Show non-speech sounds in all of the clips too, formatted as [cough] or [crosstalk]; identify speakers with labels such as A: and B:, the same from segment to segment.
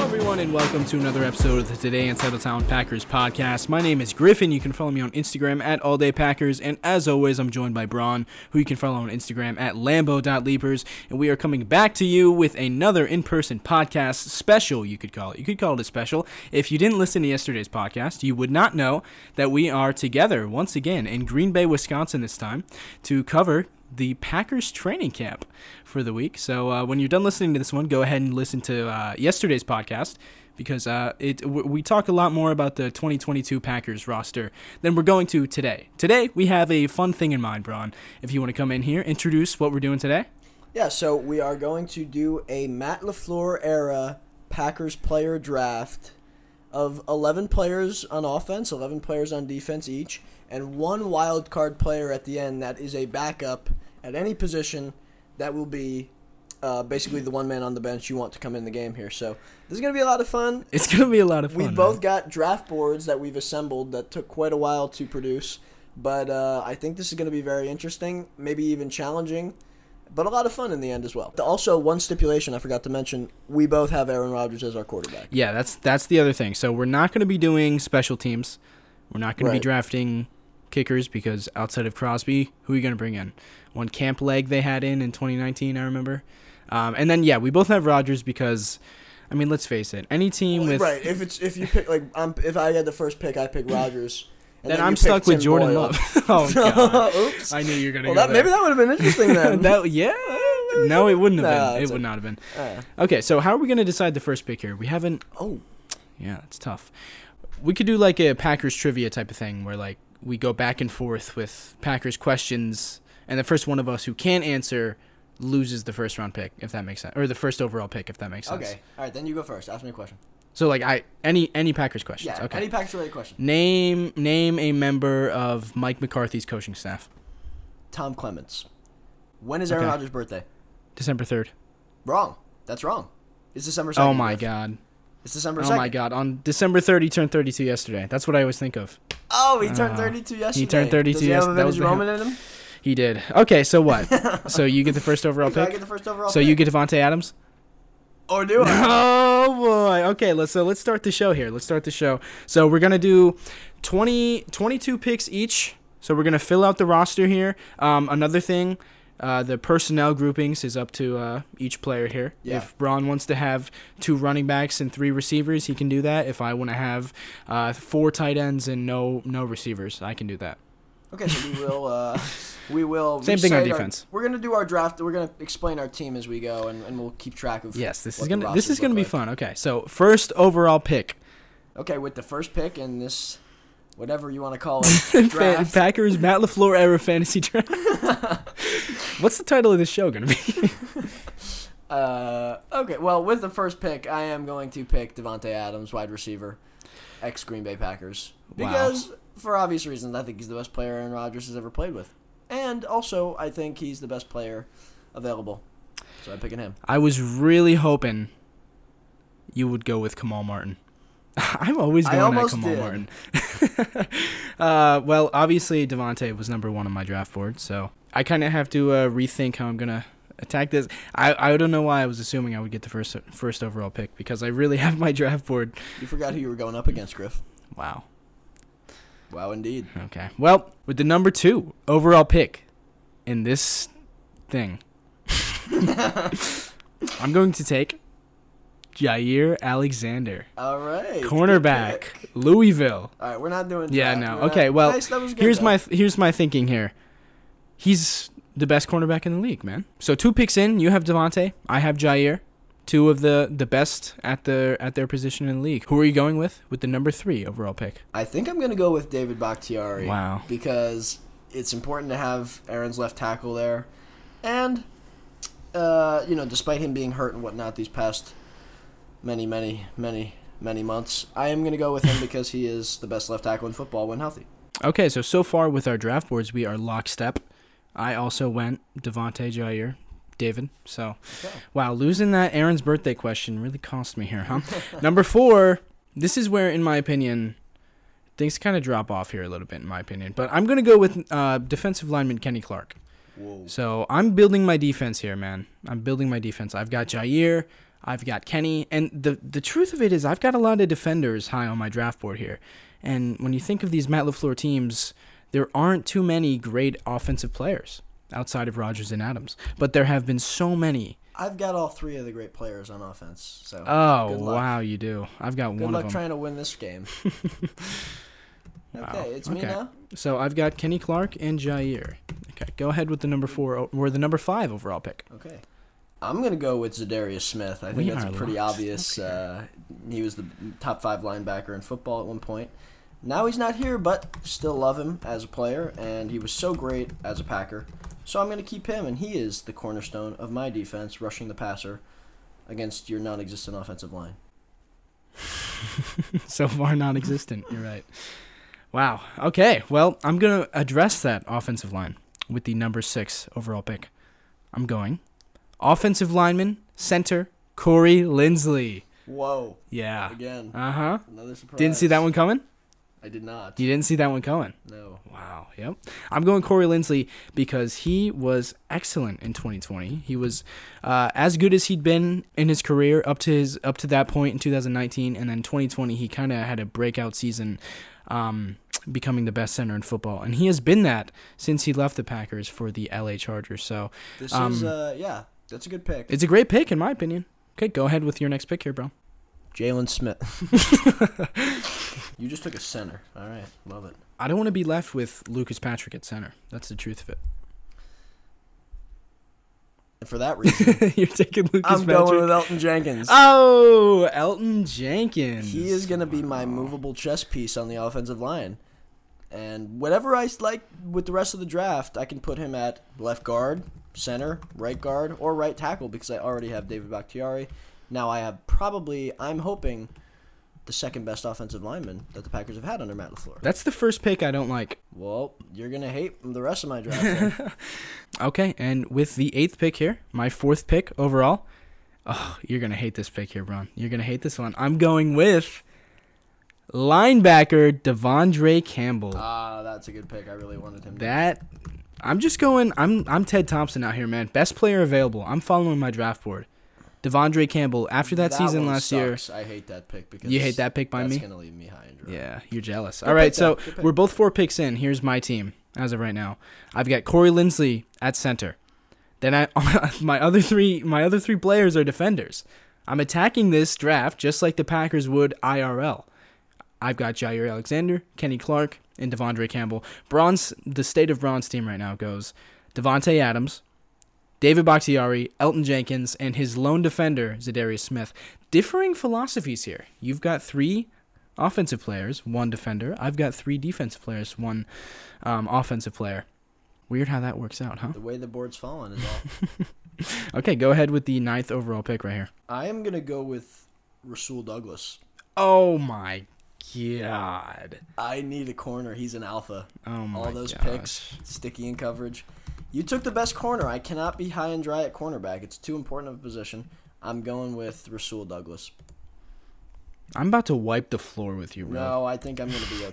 A: everyone, and welcome to another episode of the Today in Settletown Packers podcast. My name is Griffin. You can follow me on Instagram at All Day Packers, and as always, I'm joined by Braun, who you can follow on Instagram at Lambo.Leapers. And we are coming back to you with another in-person podcast special. You could call it. You could call it a special. If you didn't listen to yesterday's podcast, you would not know that we are together once again in Green Bay, Wisconsin, this time to cover the Packers training camp for the week. So uh, when you're done listening to this one, go ahead and listen to uh, yesterday's podcast because uh, it w- we talk a lot more about the 2022 Packers roster than we're going to today. Today we have a fun thing in mind, Braun. If you want to come in here, introduce what we're doing today.
B: Yeah, so we are going to do a Matt LaFleur era Packers player draft of 11 players on offense, 11 players on defense each, and one wild card player at the end that is a backup at any position that will be uh, basically the one man on the bench you want to come in the game here. So this is going to be a lot of fun.
A: It's gonna be a lot of fun.
B: We
A: man.
B: both got draft boards that we've assembled that took quite a while to produce, but uh, I think this is going to be very interesting, maybe even challenging, but a lot of fun in the end as well. Also, one stipulation I forgot to mention: we both have Aaron Rodgers as our quarterback.
A: Yeah, that's that's the other thing. So we're not gonna be doing special teams. We're not gonna be
B: Right.
A: drafting kickers because outside of Crosby, who are you gonna bring in? One camp leg they had in in 2019, I remember. Um, and then yeah, we both have Rodgers because, I mean, let's face it, any team with
B: right. If it's if you pick like I'm, if I had the first pick, I pick Rodgers. and
A: then
B: you
A: I'm
B: pick
A: stuck with
B: Tim
A: Jordan
B: Boyle. [laughs]
A: Love. [laughs] oh god,
B: Oops.
A: I knew you were gonna
B: well,
A: go
B: that, maybe
A: there.
B: that would have been interesting
A: [laughs]
B: then.
A: that
B: [laughs]
A: yeah. No, it wouldn't have
B: Nah,
A: been. It
B: it's
A: would not have been.
B: Uh,
A: Okay, so how are we gonna decide the first pick here? We haven't
B: oh,
A: Yeah, it's tough. We could do like a Packers trivia type of thing where like we go back and forth with Packers questions, and the first one of us who can answer loses the first round pick, if that makes sense, or the first overall pick, if that makes sense.
B: okay. All right, then you go first. Ask me a question.
A: So like I any any Packers questions.
B: Yeah.
A: okay.
B: Any Packers related question?
A: name name a member of Mike McCarthy's coaching staff.
B: Tom Clements. When is Aaron
A: Okay.
B: Rodgers' birthday?
A: December third.
B: Wrong. That's wrong. It's December 2nd.
A: Oh my
B: Griff.
A: god.
B: It's December
A: Oh
B: 2nd.
A: my god. On December third, he turned thirty two yesterday. That's what I always think of.
B: Oh, he turned
A: Uh,
B: 32 yesterday.
A: turned 32
B: Does he have
A: yes-
B: a
A: that was
B: vintage
A: the-
B: Roman in him?
A: He did. Okay, so
B: [laughs]
A: what? so you get the first overall
B: Do I
A: pick.
B: get the first overall
A: so
B: pick?
A: you get Devonte Adams.
B: Or do
A: [laughs]
B: I?
A: Oh boy. Okay, let's so let's start the show here. Let's start the show. So we're gonna do 20, 22 picks each. So we're gonna fill out the roster here. Um, another thing, uh, the personnel groupings is up to uh, each player here.
B: Yeah.
A: If Braun wants to have two running backs and three receivers, he can do that. If I want to have uh, four tight ends and no no receivers, I can do that.
B: Okay, so we will. Uh, we will.
A: Same thing on
B: recite our-
A: defense.
B: we're gonna do our draft. We're gonna explain our team as we go, and, and we'll keep track of.
A: Yes, this
B: what
A: is
B: the
A: gonna this
B: rosters
A: is gonna
B: look
A: be fun. Okay, so first overall pick,
B: like. Okay, with the first pick and this, whatever you want to
A: [laughs]
B: call it,
A: Fan-
B: draft.
A: Packers Matt Lafleur era fantasy [laughs] draft. What's the title of this show gonna be?
B: Uh, okay, well, with the first pick, I am going to pick Devonte Adams, wide receiver, ex Green Bay Packers,
A: Wow.
B: because for obvious reasons, I think he's the best player Aaron Rodgers has ever played with, and also I think he's the best player available. So I'm picking him.
A: I was really hoping you would go with Kamal Martin. [laughs] I'm always
B: I
A: going at
B: almost
A: Kamal
B: did.
A: Martin. [laughs] uh, well, obviously Devontae was number one on my draft board, so I kind of have to uh, rethink how I'm gonna attack this. I, I don't know why I was assuming I would get the first first overall pick because I really have my draft board.
B: You forgot who you were going up against, Griff.
A: Wow. [laughs]
B: Wow, indeed.
A: Okay. Well, with the number two overall pick in this
B: [laughs]
A: thing, I'm going to take Jair Alexander,
B: All right, good
A: cornerback,
B: pick.
A: Louisville.
B: All right, we're not doing.
A: Yeah,
B: draft.
A: no.
B: We're not-
A: Okay, well,
B: Nice, that was good,
A: Here's
B: though.
A: my here's my thinking here. He's the best cornerback in the league, man. So two picks in, you have Devontae, I have Jair, two of the the best at the at their position in the league. Who are you going with with the number three overall pick?
B: I think I'm gonna go with David Bakhtiari.
A: Wow.
B: Because it's important to have Aaron's left tackle there, and uh, you know, despite him being hurt and whatnot these past many, many, many, many months, I am gonna go with him because he is the best left tackle in football when healthy.
A: Okay, so so far with our draft boards, we are lockstep. I also went Devonte Jair, David. So,
B: Okay.
A: wow, losing that Aaron's birthday question really cost me here, huh? [laughs] Number four. This is where, in my opinion, things kind of drop off here a little bit, in my opinion. But I'm gonna go with uh, defensive lineman Kenny Clark.
B: Whoa.
A: So I'm building my defense here, man. I'm building my defense. I've got Jair. I've got Kenny, and the the truth of it is I've got a lot of defenders high on my draft board here. And when you think of these Matt Lafleur teams, there aren't too many great offensive players outside of Rodgers and Adams, but there have been so many.
B: I've got all three of the great players on offense. So
A: Oh
B: good luck.
A: wow, you do. I've got
B: Good
A: one
B: luck
A: of them.
B: trying to win
A: [laughs]
B: this game. Okay, it's me
A: Okay.
B: now.
A: So I've got Kenny Clark and Jair. Okay, go ahead with the number four o- or the number five overall pick.
B: Okay. I'm gonna go with Zadarius Smith. I think
A: We
B: that's
A: are
B: a pretty
A: locked.
B: obvious. Uh, he was the top five linebacker in football at one point. Now he's not here, but still love him as a player, and he was so great as a Packer. So I'm gonna keep him, and he is the cornerstone of my defense, rushing the passer against your non-existent offensive line.
A: [laughs] so far non-existent. You're right. Wow. Okay. Well, I'm gonna address that offensive line with the number six overall pick. I'm going offensive lineman center Corey Lindsley.
B: Whoa!
A: Yeah.
B: Again,
A: Uh huh.
B: another surprise.
A: Didn't see that one coming.
B: I did not.
A: You didn't see that one coming.
B: No.
A: Wow. Yep. I'm going Corey Lindsley because he was excellent in 2020. He was uh, as good as he'd been in his career up to his up to that point in 2019, and then 2020 he kind of had a breakout season, um, becoming the best center in football, and he has been that since he left the Packers for the LA Chargers. So
B: This
A: Um,
B: is uh, yeah. That's a good pick.
A: it's a great pick in my opinion. Okay, go ahead with your next pick here, bro. [laughs]
B: Jalen Smith. you just took a center. All right, love it.
A: I don't want to be left with Lucas Patrick at center. That's the truth of it. [laughs]
B: And for that reason,
A: You're taking Lucas
B: I'm
A: Patrick.
B: going with Elton Jenkins.
A: Oh, Elton Jenkins.
B: He is going to be my movable chess piece on the offensive line. And whatever I s- like with the rest of the draft, I can put him at left guard, center, right guard, or right tackle because I already have David Bakhtiari. Now I have probably, I'm hoping, the second best offensive lineman that the Packers have had under Matt LaFleur.
A: That's the first pick I don't like.
B: Well, you're going to hate the rest of my draft.
A: [laughs]
B: then.
A: Okay, and with the eighth pick here, my fourth pick overall. Oh, you're gonna hate this pick here, Bron. You're gonna hate this one. I'm going with linebacker Devondre Campbell.
B: Ah, that's a good pick. I really wanted him. to
A: that I'm just going. I'm I'm Ted Thompson out here, man. Best player available. I'm following my draft board. Devondre Campbell. After that, season
B: one
A: last year,
B: sucks. I hate that pick because
A: You hate that pick by
B: that's
A: me?
B: gonna leave me high and dry.
A: Yeah, you're jealous. All right,
B: pick,
A: so
B: though. Good pick.
A: we're both four picks in. Here's my team as of right now. I've got Corey Lindsley at center. Then I [laughs] my other three my other three players are defenders. I'm attacking this draft just like the Packers would IRL. I've got Jair Alexander, Kenny Clark, and Devondre Campbell. Bronze the state of bronze team right now goes Devonte Adams, David Bakhtiari, Elton Jenkins, and his lone defender, Zadarius Smith. Differing philosophies here. You've got three offensive players, one defender. I've got three defensive players, one um, offensive player. Weird how that works out, huh?
B: The way the board's fallen is all.
A: Okay, go ahead with the ninth overall pick right here.
B: I am gonna go with Rasul Douglas.
A: Oh my god.
B: I need a corner. He's an alpha.
A: Oh my
B: all those
A: gosh.
B: picks, sticky in coverage. You took the best corner. I cannot be high and dry at cornerback. It's too important of a position. I'm going with Rasul Douglas.
A: I'm about to wipe the floor with you, bro.
B: No, I think I'm
A: [laughs]
B: going to be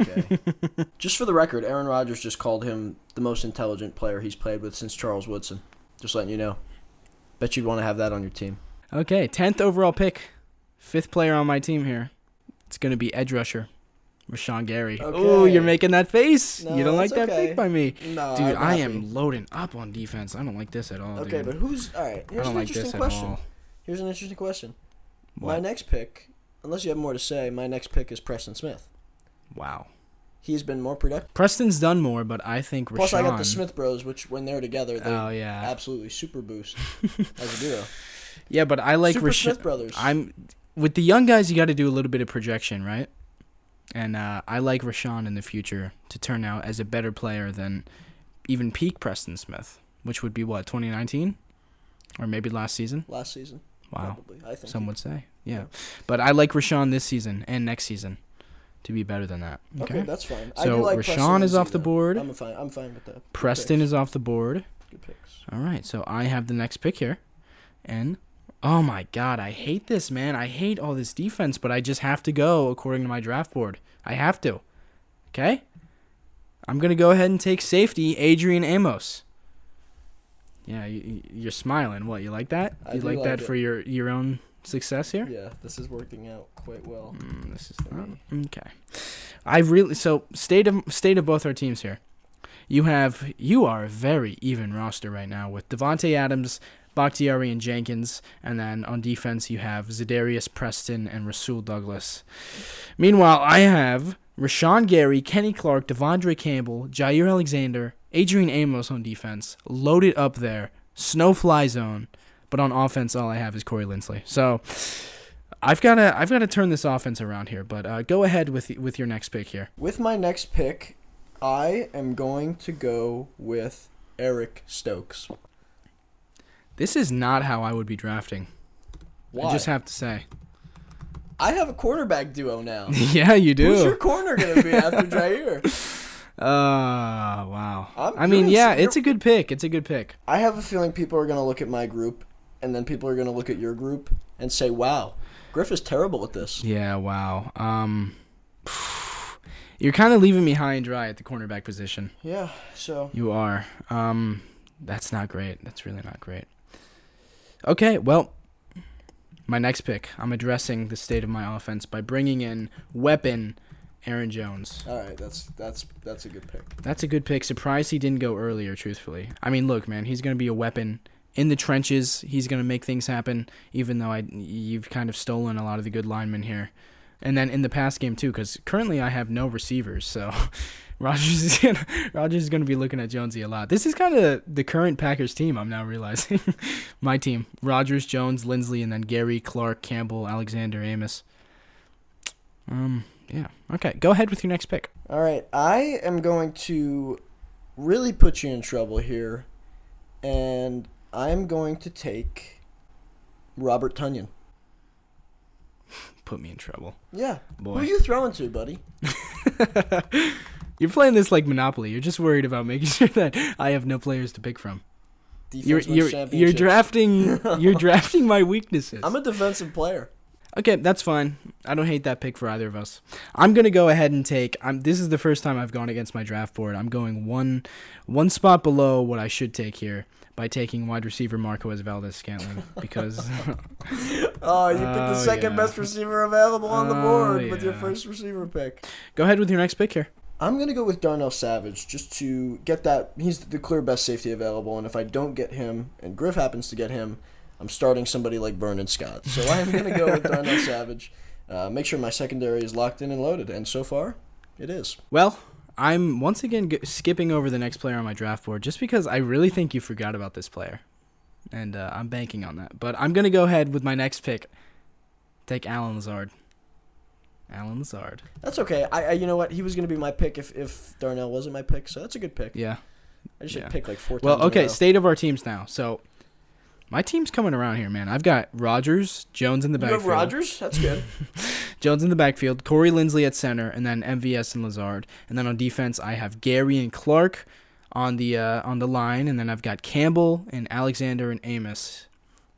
B: okay. just for the record, Aaron Rodgers just called him the most intelligent player he's played with since Charles Woodson. Just letting you know. Bet you'd want to have that on your team.
A: Okay, 10th overall pick. Fifth player on my team here. It's going to be edge rusher, Rashawn Gary. Oh,
B: Okay.
A: you're making that face.
B: No,
A: you don't like
B: that's
A: that
B: okay.
A: pick by me.
B: No,
A: Dude,
B: I'm
A: I
B: happy.
A: am loading up on defense. I don't like this at all,
B: Okay,
A: dude.
B: but who's all right?
A: I
B: Here's
A: don't
B: an
A: like
B: interesting
A: this at
B: question.
A: all.
B: Here's an interesting question. My
A: What?
B: next pick, unless you have more to say, my next pick is Preston Smith.
A: Wow.
B: He's been more productive.
A: Preston's done more, but I think Rashawn.
B: Plus, I got the Smith Bros, which when they're together, they
A: Oh, yeah.
B: absolutely
A: [laughs]
B: super boost as a duo.
A: Yeah, but I like
B: Super
A: Rashawn.
B: Smith Brothers.
A: I'm with the young guys. You got to do a little bit of projection, right? And uh, I like Rashawn in the future to turn out as a better player than even peak Preston Smith, which would be what 2019, or maybe last season.
B: last season.
A: Wow,
B: Probably, I think.
A: some would say, yeah. But I like Rashawn this season and next season to be better than that.
B: okay.
A: Okay.
B: that's fine. I
A: So,
B: do like
A: Rashawn
B: Preston
A: is
B: Lindsey,
A: off the
B: though.
A: board.
B: I'm fine. I'm fine with that. Good
A: Preston
B: picks.
A: is off the board.
B: Good picks.
A: All right, so I have the next pick here, and oh my god, I hate this man. I hate all this defense, but I just have to go according to my draft board. I have to. Okay, I'm gonna go ahead and take safety, Adrian Amos. Yeah, you, you- you're smiling. What you like that?
B: I
A: you
B: do
A: like,
B: like
A: that
B: it.
A: for your your own success here?
B: Yeah, this is working out quite well.
A: Mm, this is not okay. I really so state of state of both our teams here. You have you are a very even roster right now with Devonte Adams, Bakhtiari, and Jenkins, and then on defense you have Zadarius Preston and Rasul Douglas. Meanwhile, I have Rashawn Gary, Kenny Clark, Devondre Campbell, Jair Alexander, Adrian Amos on defense, loaded up there, snow fly zone. But on offense, all I have is Corey Lindsley. So I've got to I've got to turn this offense around here. But uh, go ahead with with your next pick here.
B: With my next pick, I am going to go with Eric Stokes.
A: This is not how I would be drafting.
B: Why?
A: I just have to say. [laughs]
B: I have a cornerback duo now.
A: yeah, you do.
B: Who's your corner going to be
A: [laughs]
B: after Jair?
A: Oh, wow.
B: I'm
A: I mean,
B: curious
A: yeah,
B: if you're-
A: it's a good pick. It's a good pick.
B: I have a feeling people are going to look at my group, and then people are going to look at your group and say, wow, Griff is terrible at this.
A: Yeah, wow. Um [sighs] You're kind of leaving me high and dry at the cornerback position.
B: Yeah, so.
A: You are. Um that's not great. That's really not great. Okay, well, my next pick. I'm addressing the state of my offense by bringing in weapon Aaron Jones.
B: All right, that's that's that's a good pick.
A: That's a good pick. Surprised he didn't go earlier, truthfully. I mean, look, man, he's going to be a weapon in the trenches. He's going to make things happen, even though I you've kind of stolen a lot of the good linemen here. And then in the pass game too, because currently I have no receivers, so [laughs] Rogers is gonna, [laughs] Rogers is going to be looking at Jonesy a lot. This is kind of the current Packers team. I'm now realizing [laughs] my team: Rogers, Jones, Lindsley, and then Gary, Clark, Campbell, Alexander, Amos. Um, yeah. Okay, go ahead with your next pick.
B: All right, I am going to really put you in trouble here, and I'm going to take Robert Tunyon.
A: Put me in trouble.
B: Yeah,
A: Boy.
B: who are you throwing to, buddy?
A: You're playing this like Monopoly. You're just worried about making [laughs] sure that I have no players to pick from. You're
B: Defense wins
A: you're, you're
B: championships.
A: drafting
B: [laughs]
A: you're drafting my weaknesses.
B: I'm a defensive player.
A: okay, that's fine. I don't hate that pick for either of us. I'm gonna go ahead and take. I'm, this is the first time I've gone against my draft board. I'm going one one spot below what I should take here by taking wide receiver Marquez Valdez Scantling
B: [laughs]
A: because [laughs]
B: Oh, you picked
A: Oh,
B: the second
A: yeah.
B: best receiver available on the
A: Oh,
B: board with your
A: yeah.
B: first receiver pick.
A: go ahead with your next pick here.
B: I'm gonna go with Darnell Savage just to get that. He's the clear best safety available, and if I don't get him, and Griff happens to get him, I'm starting somebody like Vernon Scott. So I'm gonna go [laughs] with Darnell Savage. Uh, make sure my secondary is locked in and loaded, and so far, it is.
A: Well, I'm once again g- skipping over the next player on my draft board just because I really think you forgot about this player. And uh, I'm banking on that. But I'm going to go ahead with my next pick. Take Alan Lazard. Alan Lazard.
B: That's okay. I, I you know what? He was gonna be my pick if if Darnell wasn't my pick, so that's a good pick.
A: Yeah.
B: I just should
A: yeah.
B: pick like four.
A: Well,
B: times in a
A: okay,
B: row.
A: state of our teams now. So my team's coming around here, man. I've got Rogers, Jones in the
B: You have
A: backfield.
B: Rodgers. That's good.
A: Jones in the backfield, Corey Lindsley at center, and then MVS and Lazard. And then on defense, I have Gary and Clark on the uh, on the line, and then I've got Campbell and Alexander and Amos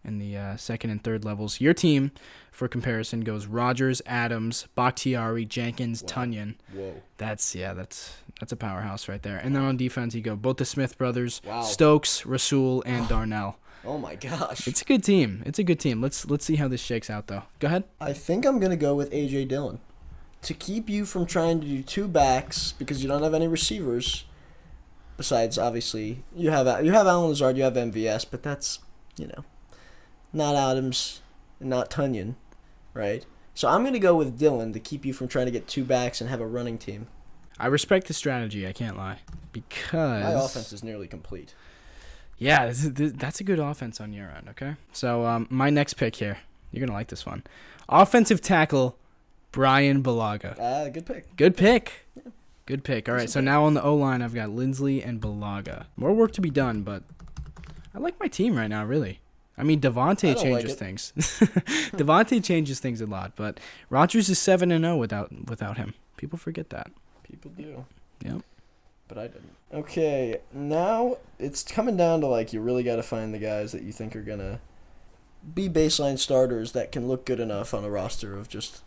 A: in the uh, second and third levels. Your team, for comparison, goes Rogers, Adams, Bakhtiari, Jenkins,
B: Wow.
A: Tunyon.
B: [laughs] Whoa.
A: That's yeah, that's that's a powerhouse right there. And then on defense, you go both the Smith brothers,
B: Wow.
A: Stokes, Rasul, and Darnell.
B: Oh my gosh.
A: It's a good team. It's a good team. Let's let's see how this shakes out though. Go ahead.
B: I think I'm gonna go with AJ Dillon to keep you from trying to do two backs because you don't have any receivers. Besides, obviously, you have you have Alan Lazard, you have MVS, but that's you know not Adams and not Tunyon, right? So I'm gonna go with Dillon to keep you from trying to get two backs and have a running team.
A: I respect the strategy. I can't lie because
B: My offense is nearly complete.
A: Yeah, this is, this, that's a good offense on your end. Okay, so um, my next pick here, you're gonna like this one, offensive tackle, Brian Balaga.
B: Ah, good pick.
A: Good pick. Good pick. All right,
B: Decent
A: so
B: pick.
A: now on the O line, I've got Lindsley and Balaga. More work to be done, but I like my team right now. Really, I mean
B: I
A: Devontae changes
B: don't like it.
A: things. [laughs] Devontae changes things a lot, but Rogers is seven and zero without without him. People forget that.
B: People do.
A: Yep.
B: But I didn't. Okay, now it's coming down to like you really got to find the guys that you think are gonna be baseline starters that can look good enough on a roster of just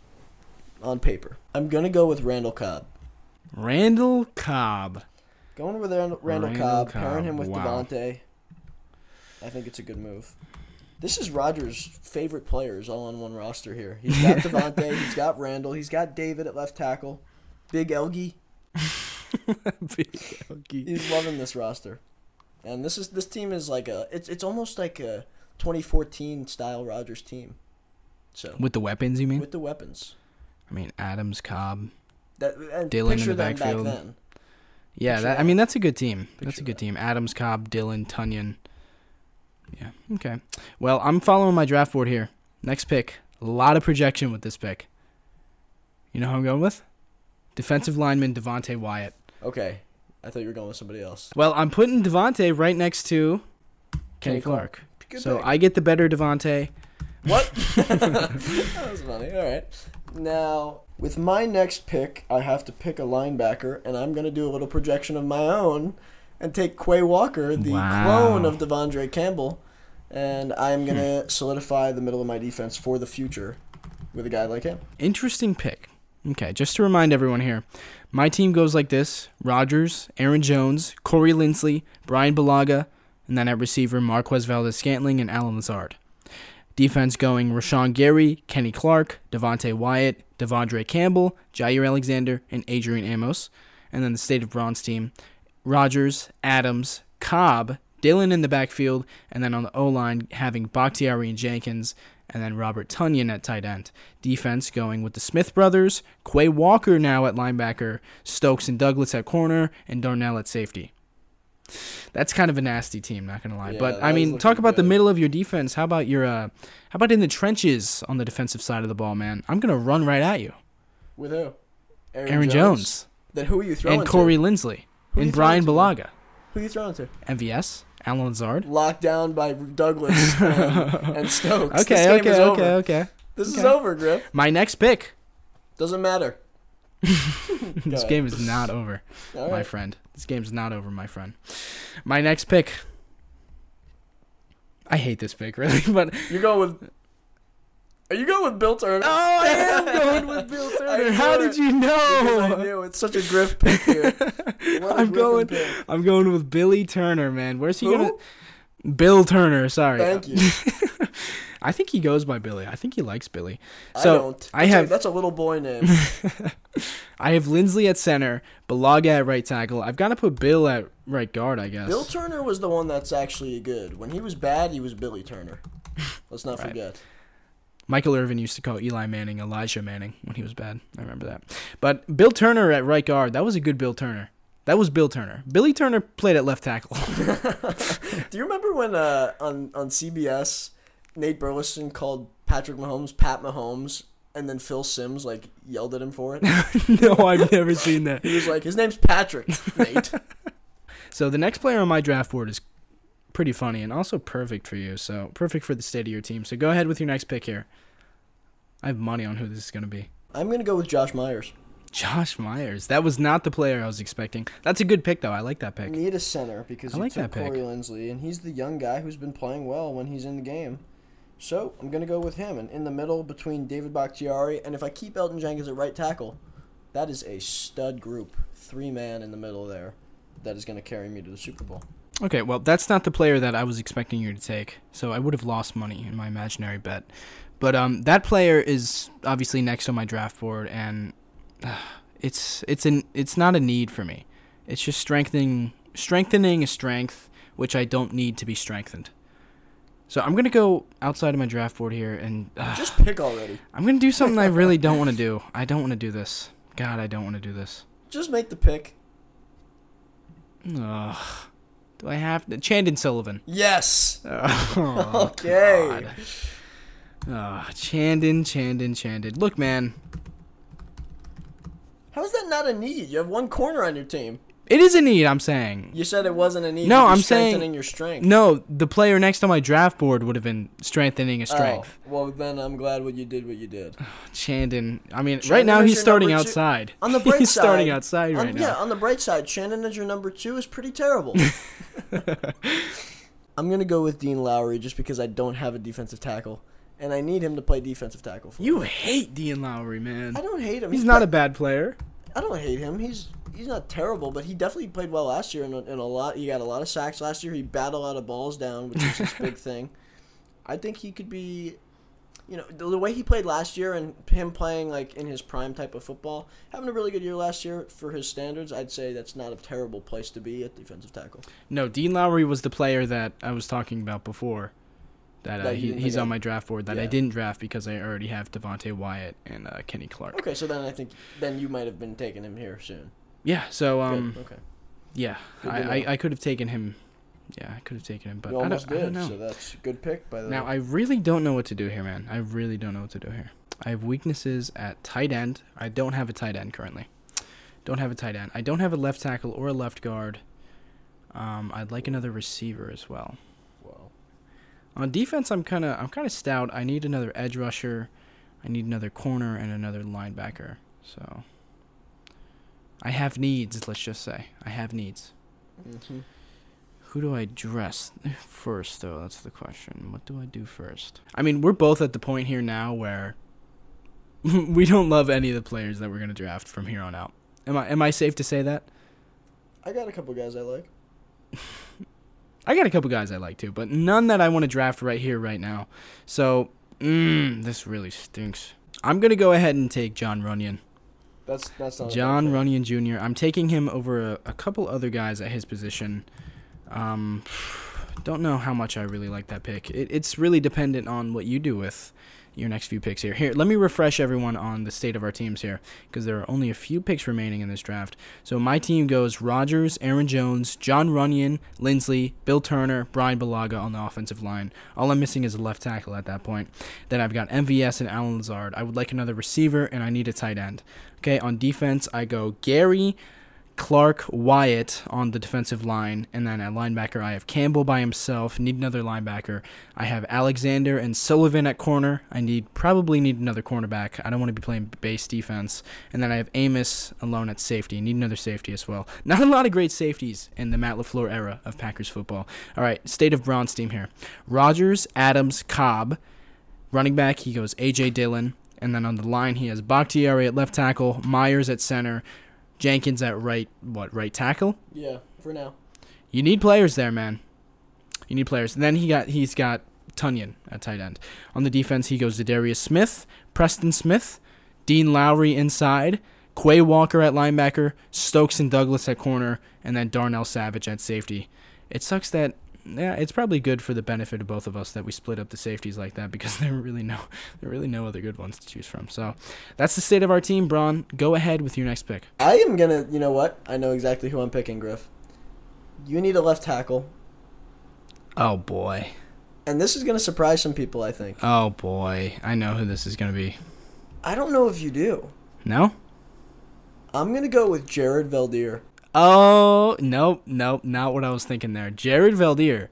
B: on paper. I'm gonna go with Randall Cobb.
A: Randall Cobb.
B: Going with Randall, Randall
A: Randall
B: Cobb,
A: Cobb,
B: pairing him with
A: wow.
B: Devontae. I think it's a good move. This is Rogers' favorite players all on one roster here. He's [laughs] got Devontae, he's got Randall, he's got David at left tackle, Big Elgie. [laughs]
A: Big Elgie.
B: He's loving this roster, and this is this team is like a it's it's almost like a 2014 style Rogers team. So
A: With the weapons, you mean?
B: with the weapons,
A: I mean Adams, Cobb.
B: that and
A: Dylan in
B: picture
A: the
B: them
A: backfield.
B: back then.
A: Yeah,
B: Picture
A: that, I
B: that.
A: mean that's a good team. that's a
B: Picture
A: good
B: that.
A: team. Adams, Cobb, Dylan, Tunyon. Yeah. Okay. Well, I'm following my draft board here. Next pick. A lot of projection with this pick. You know who I'm going with? Defensive lineman Devontae Wyatt.
B: Okay, I thought you were going with somebody else.
A: Well, I'm putting Devontae right next to Kenny
B: Kenny Clark.
A: Clark.
B: Good
A: so
B: pick.
A: I get the better Devontae. [laughs]
B: What? that was funny. All right. Now, with my next pick, I have to pick a linebacker, and I'm going to do a little projection of my own and take Quay Walker, the
A: Wow. Hmm.
B: clone of Devondre Campbell, and I'm going to solidify the middle of my defense for the future with a guy like him.
A: Interesting pick. Okay, just to remind everyone here, my team goes like this: Rogers, Aaron Jones, Corey Lindsley, Brian Balaga, and then at receiver Marquez Valdez Scantling and Alan Lazard. Defense going Rashawn Gary, Kenny Clark, Devontae Wyatt, Devondre Campbell, Jair Alexander, and Adrian Amos. And then the State of Bronze team Rogers, Adams, Cobb, Dylan in the backfield, and then on the O line having Bakhtiari and Jenkins, and then Robert Tunyon at tight end. Defense going with the Smith brothers, Quay Walker now at linebacker, Stokes and Douglas at corner, and Darnell at safety. That's kind of a nasty team, not gonna lie.
B: Yeah,
A: but
B: that
A: I
B: was
A: mean,
B: looking
A: talk about the
B: good.
A: middle of your defense. How about your, uh, how about in the trenches on the defensive side of the ball, man? I'm gonna run right at you,
B: With who?
A: Aaron Jones,
B: Then who are you throwing
A: and Corey
B: to?
A: Lindsley,
B: Who
A: and
B: you
A: Brian
B: throwing
A: Balaga,
B: Who are you throwing to?
A: MVS, Alan Lazard.
B: Locked down by
A: [laughs]
B: Douglas and, and Stokes. this
A: Okay,
B: game is
A: okay,
B: over.
A: okay, okay.
B: This is
A: okay.
B: over, Griff.
A: My next pick. [laughs]
B: Doesn't matter.
A: This
B: ahead.
A: game is not over,
B: All
A: my
B: right.
A: friend. This game's not over, my friend. My next pick. I hate this pick, [laughs] really, but
B: You're going with. Are you going with Bill
A: [laughs]
B: Turner?
A: oh,
B: [laughs]
A: I am going with Bill Turner.
B: knew
A: How did
B: it.
A: you
B: [laughs] Because I
A: know?
B: knew it's such a Griff
A: [laughs]
B: pick here. What a
A: I'm
B: Griffin
A: going.
B: pick.
A: I'm going with Billy Turner, man. Where's he
B: Who?
A: gonna? Bill Turner. Sorry. [laughs]
B: Thank you.
A: I think he goes by Billy. I think he likes Billy.
B: I
A: So,
B: don't.
A: I
B: That's
A: have-
B: A, that's a little
A: [laughs]
B: boy name.
A: I have Lindsley at center, Balaga at right tackle. I've got to put Bill at right guard, I guess.
B: Bill Turner was the one that's actually good. When he was bad, he was Billy Turner. Let's
A: [laughs]
B: not
A: Right.
B: forget.
A: Michael Irvin used to call Eli Manning Elijah Manning when he was bad. I remember that. But Bill Turner at right guard, that was a good Bill Turner. That was Bill Turner. Billy Turner played at left tackle. [laughs]
B: Do you remember when uh, on on CBS Nate Burleson called Patrick Mahomes Pat Mahomes, and then Phil Sims like yelled at him for it?
A: no, I've never seen that.
B: He was like, "His name's Patrick,
A: [laughs]
B: Nate."
A: So the next player on my draft board is pretty funny and also perfect for you. So perfect for the state of your team. So go ahead with your next pick here. I have money on who this is going to be.
B: I'm gonna go with Josh Myers.
A: Josh Myers. That was not the player I was expecting. That's a good pick though. I like that pick.
B: need a center because
A: I
B: you
A: like that
B: took
A: pick.
B: Corey Lindsley, and he's the young guy who's been playing well when he's in the game. So I'm gonna go with him, and in the middle between David Bakhtiari and if I keep Elton Jenkins at right tackle, that is a stud group, three man in the middle there, that is gonna carry me to the
A: [sighs]
B: Super Bowl.
A: Okay, well, that's not the player that I was expecting you to take, so I would have lost money in my imaginary bet. But um, that player is obviously next on my draft board, and uh, it's it's an it's not a need for me. It's just strengthening strengthening a strength which I don't need to be strengthened. So I'm gonna go outside of my draft board here, and uh,
B: Just pick already.
A: I'm gonna do something I really don't want to do. I don't want to do this. God, I don't want to do this.
B: Just make the pick.
A: Ugh. Do I have to? Chandon
B: [laughs]
A: Sullivan.
B: Yes.
A: Oh,
B: Okay.
A: God. Ah, Chandon, Chandon, Chandon. Look, man,
B: How is that not a need? You have one corner on your team.
A: it is a need, I'm saying.
B: You said it wasn't a need.
A: No,
B: You're
A: I'm saying-
B: strengthening your strength.
A: No, the player next on my draft board would have been strengthening a
B: Oh,
A: strength.
B: well, then I'm glad what you did. What you did.
A: Chandon, I mean, right
B: Chandon
A: now
B: is
A: he's
B: your
A: starting
B: number two-
A: outside.
B: On the
A: [laughs]
B: bright
A: he's
B: side,
A: starting outside
B: on-
A: right
B: Yeah,
A: now.
B: on the bright side, Shannon as your number two is
A: [laughs]
B: pretty terrible. I'm gonna go with Dean Lowry just because I don't have a defensive tackle, and I need him to play defensive tackle for. me.
A: You hate Dean Lowry, man.
B: I don't hate him.
A: He's not a
B: played-
A: bad player.
B: I don't hate him. He's he's not terrible, but he definitely played well
A: [laughs]
B: last year and a, and a lot. He got a lot of sacks last year. He batted a lot of balls down, which is his big thing. I think he could be, you know, the, the way he played last year and him playing like in his prime type of football, having a really good year last year for his standards, I'd say that's not a terrible place to be at defensive tackle.
A: No, Dean Lowry was the player that I was talking about before. That, uh,
B: That you
A: he,
B: didn't
A: he's
B: think
A: on
B: I-
A: my draft board that I
B: Yeah.
A: didn't draft because I already have Devontae Wyatt and uh, Kenny Clark.
B: Okay, so then I think then you might have been taking him here soon.
A: Yeah, so
B: Good,
A: um,
B: okay,
A: yeah,
B: Good to
A: I, I,
B: know.
A: I could have taken him. Yeah, I could have taken him, but
B: you
A: I don't,
B: almost
A: I don't
B: did.
A: know.
B: So uh, that's a good pick by the
A: Now I really don't know what to do here, man. I really don't know what to do here. I have weaknesses at tight end. I don't have a tight end currently. Don't have a tight end. I don't have a left tackle or a left guard. Um, I'd like another receiver as well.
B: Wow.
A: On defense, I'm kind of I'm kind of stout. I need another edge rusher. I need another corner and another linebacker. So I have needs. Let's just say I have needs. Mm-hmm.
B: Mhm.
A: Who do I dress first, though? That's the question. What do I do first? I mean, we're both at the point here now where [laughs] we don't love any of the players that we're gonna draft from here on out. Am I am I safe to say that?
B: I got a couple guys I like.
A: I got a couple guys I like too, but none that I want to draft right here, right now. So, mm, this really stinks. I'm gonna go ahead and take John Runyon.
B: That's that's not a bad
A: John
B: pick.
A: Runyon Jr. I'm taking him over a, a couple other guys at his position. Um, don't know how much I really like that pick. It, it's really dependent on what you do with your next few picks here. Here, let me refresh everyone on the state of our teams here because there are only a few picks remaining in this draft. So my team goes Rodgers, Aaron Jones, John Runyon, Lindsley, Bill Turner, Brian Balaga on the offensive line. All I'm missing is a left tackle at that point. Then I've got MVS and Alan Lazard. I would like another receiver and I need a tight end. Okay, on defense, I go Gary, Clark, Wyatt on the defensive line, and then at linebacker, I have Campbell by himself. Need another linebacker. I have Alexander and Sullivan at corner. I need probably need another cornerback. I don't want to be playing base defense. And then I have Amos alone at safety. Need another safety as well. [laughs] Not a lot of great safeties in the Matt Lafleur era of Packers football. All right, state of bronze team here: Rogers, Adams, Cobb. Running back, he goes A.J. Dillon. And then on the line, he has Bakhtiari at left tackle, Myers at center, Jenkins at right, what, right tackle?
B: Yeah, for now.
A: You need players there, man. You need players. And then he got he's got Tunyon at tight end. On the defense, he goes to Darius Smith, Preston Smith, Dean Lowry inside, Quay Walker at linebacker, Stokes and Douglas at corner, and then Darnell Savage at safety. It sucks that yeah, it's probably good for the benefit of both of us that we split up the safeties like that [laughs] because there are really no there are really no other good ones to choose from. So that's the state of our team, Braun. Go ahead with your next pick.
B: I am gonna. You know what? I know exactly who I'm picking, Griff. You need a left tackle,
A: Oh boy.
B: and this is gonna surprise some people. I think.
A: Oh boy. I know who this is gonna be.
B: I don't know if you do.
A: No?
B: I'm gonna go with Jared Valdir.
A: Oh, nope, nope, not what I was thinking there. Jared Valdir.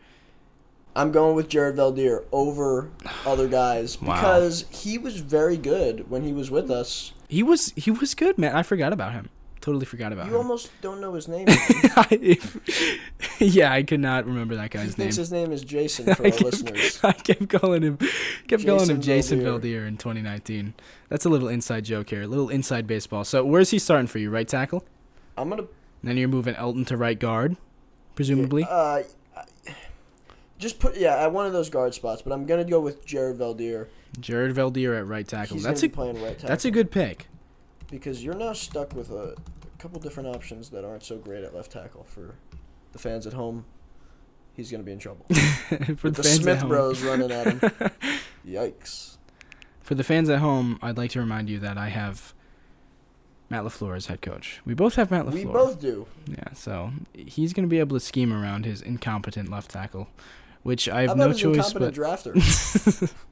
B: I'm going with Jared Valdir over other
A: [sighs]
B: guys
A: Wow.
B: because he was very good when he was with us.
A: He was he was good, man. I forgot about him. Totally forgot about
B: You
A: him.
B: almost don't know his name.
A: I- [laughs] yeah, I could not remember that
B: he
A: guy's name.
B: thinks his name
A: [laughs]
B: is Jason for
A: I
B: our listeners.
A: kept, I kept calling him kept calling him Jason
B: Jason Valdir.
A: Valdir in 2019. That's a little inside joke here, a little inside baseball. So, where's he starting for you? Right tackle?
B: I'm gonna
A: And then you're moving Elton to right guard, presumably.
B: Uh, I- just put yeah at one of those guard spots, but I'm gonna go with Jared Valdir.
A: Jared Valdir at right tackle.
B: uh, He's
A: That's
B: gonna
A: a
B: be playing right tackle.
A: that's a good pick. [laughs]
B: because you're now stuck with a, a couple different options that aren't so great at left tackle for the fans at home. He's going to be in trouble.
A: [laughs] for the,
B: With the
A: fans at
B: Smith
A: home.
B: Bros running at
A: [laughs]
B: him. Yikes!
A: For the fans at home, I'd like to remind you that I have Matt LaFleur as head coach. We both have Matt LaFleur.
B: We both do.
A: Yeah, so he's going to be able to scheme around his incompetent left tackle, which I
B: How
A: have
B: about
A: no
B: his
A: choice but.
B: incompetent drafter?
A: [laughs]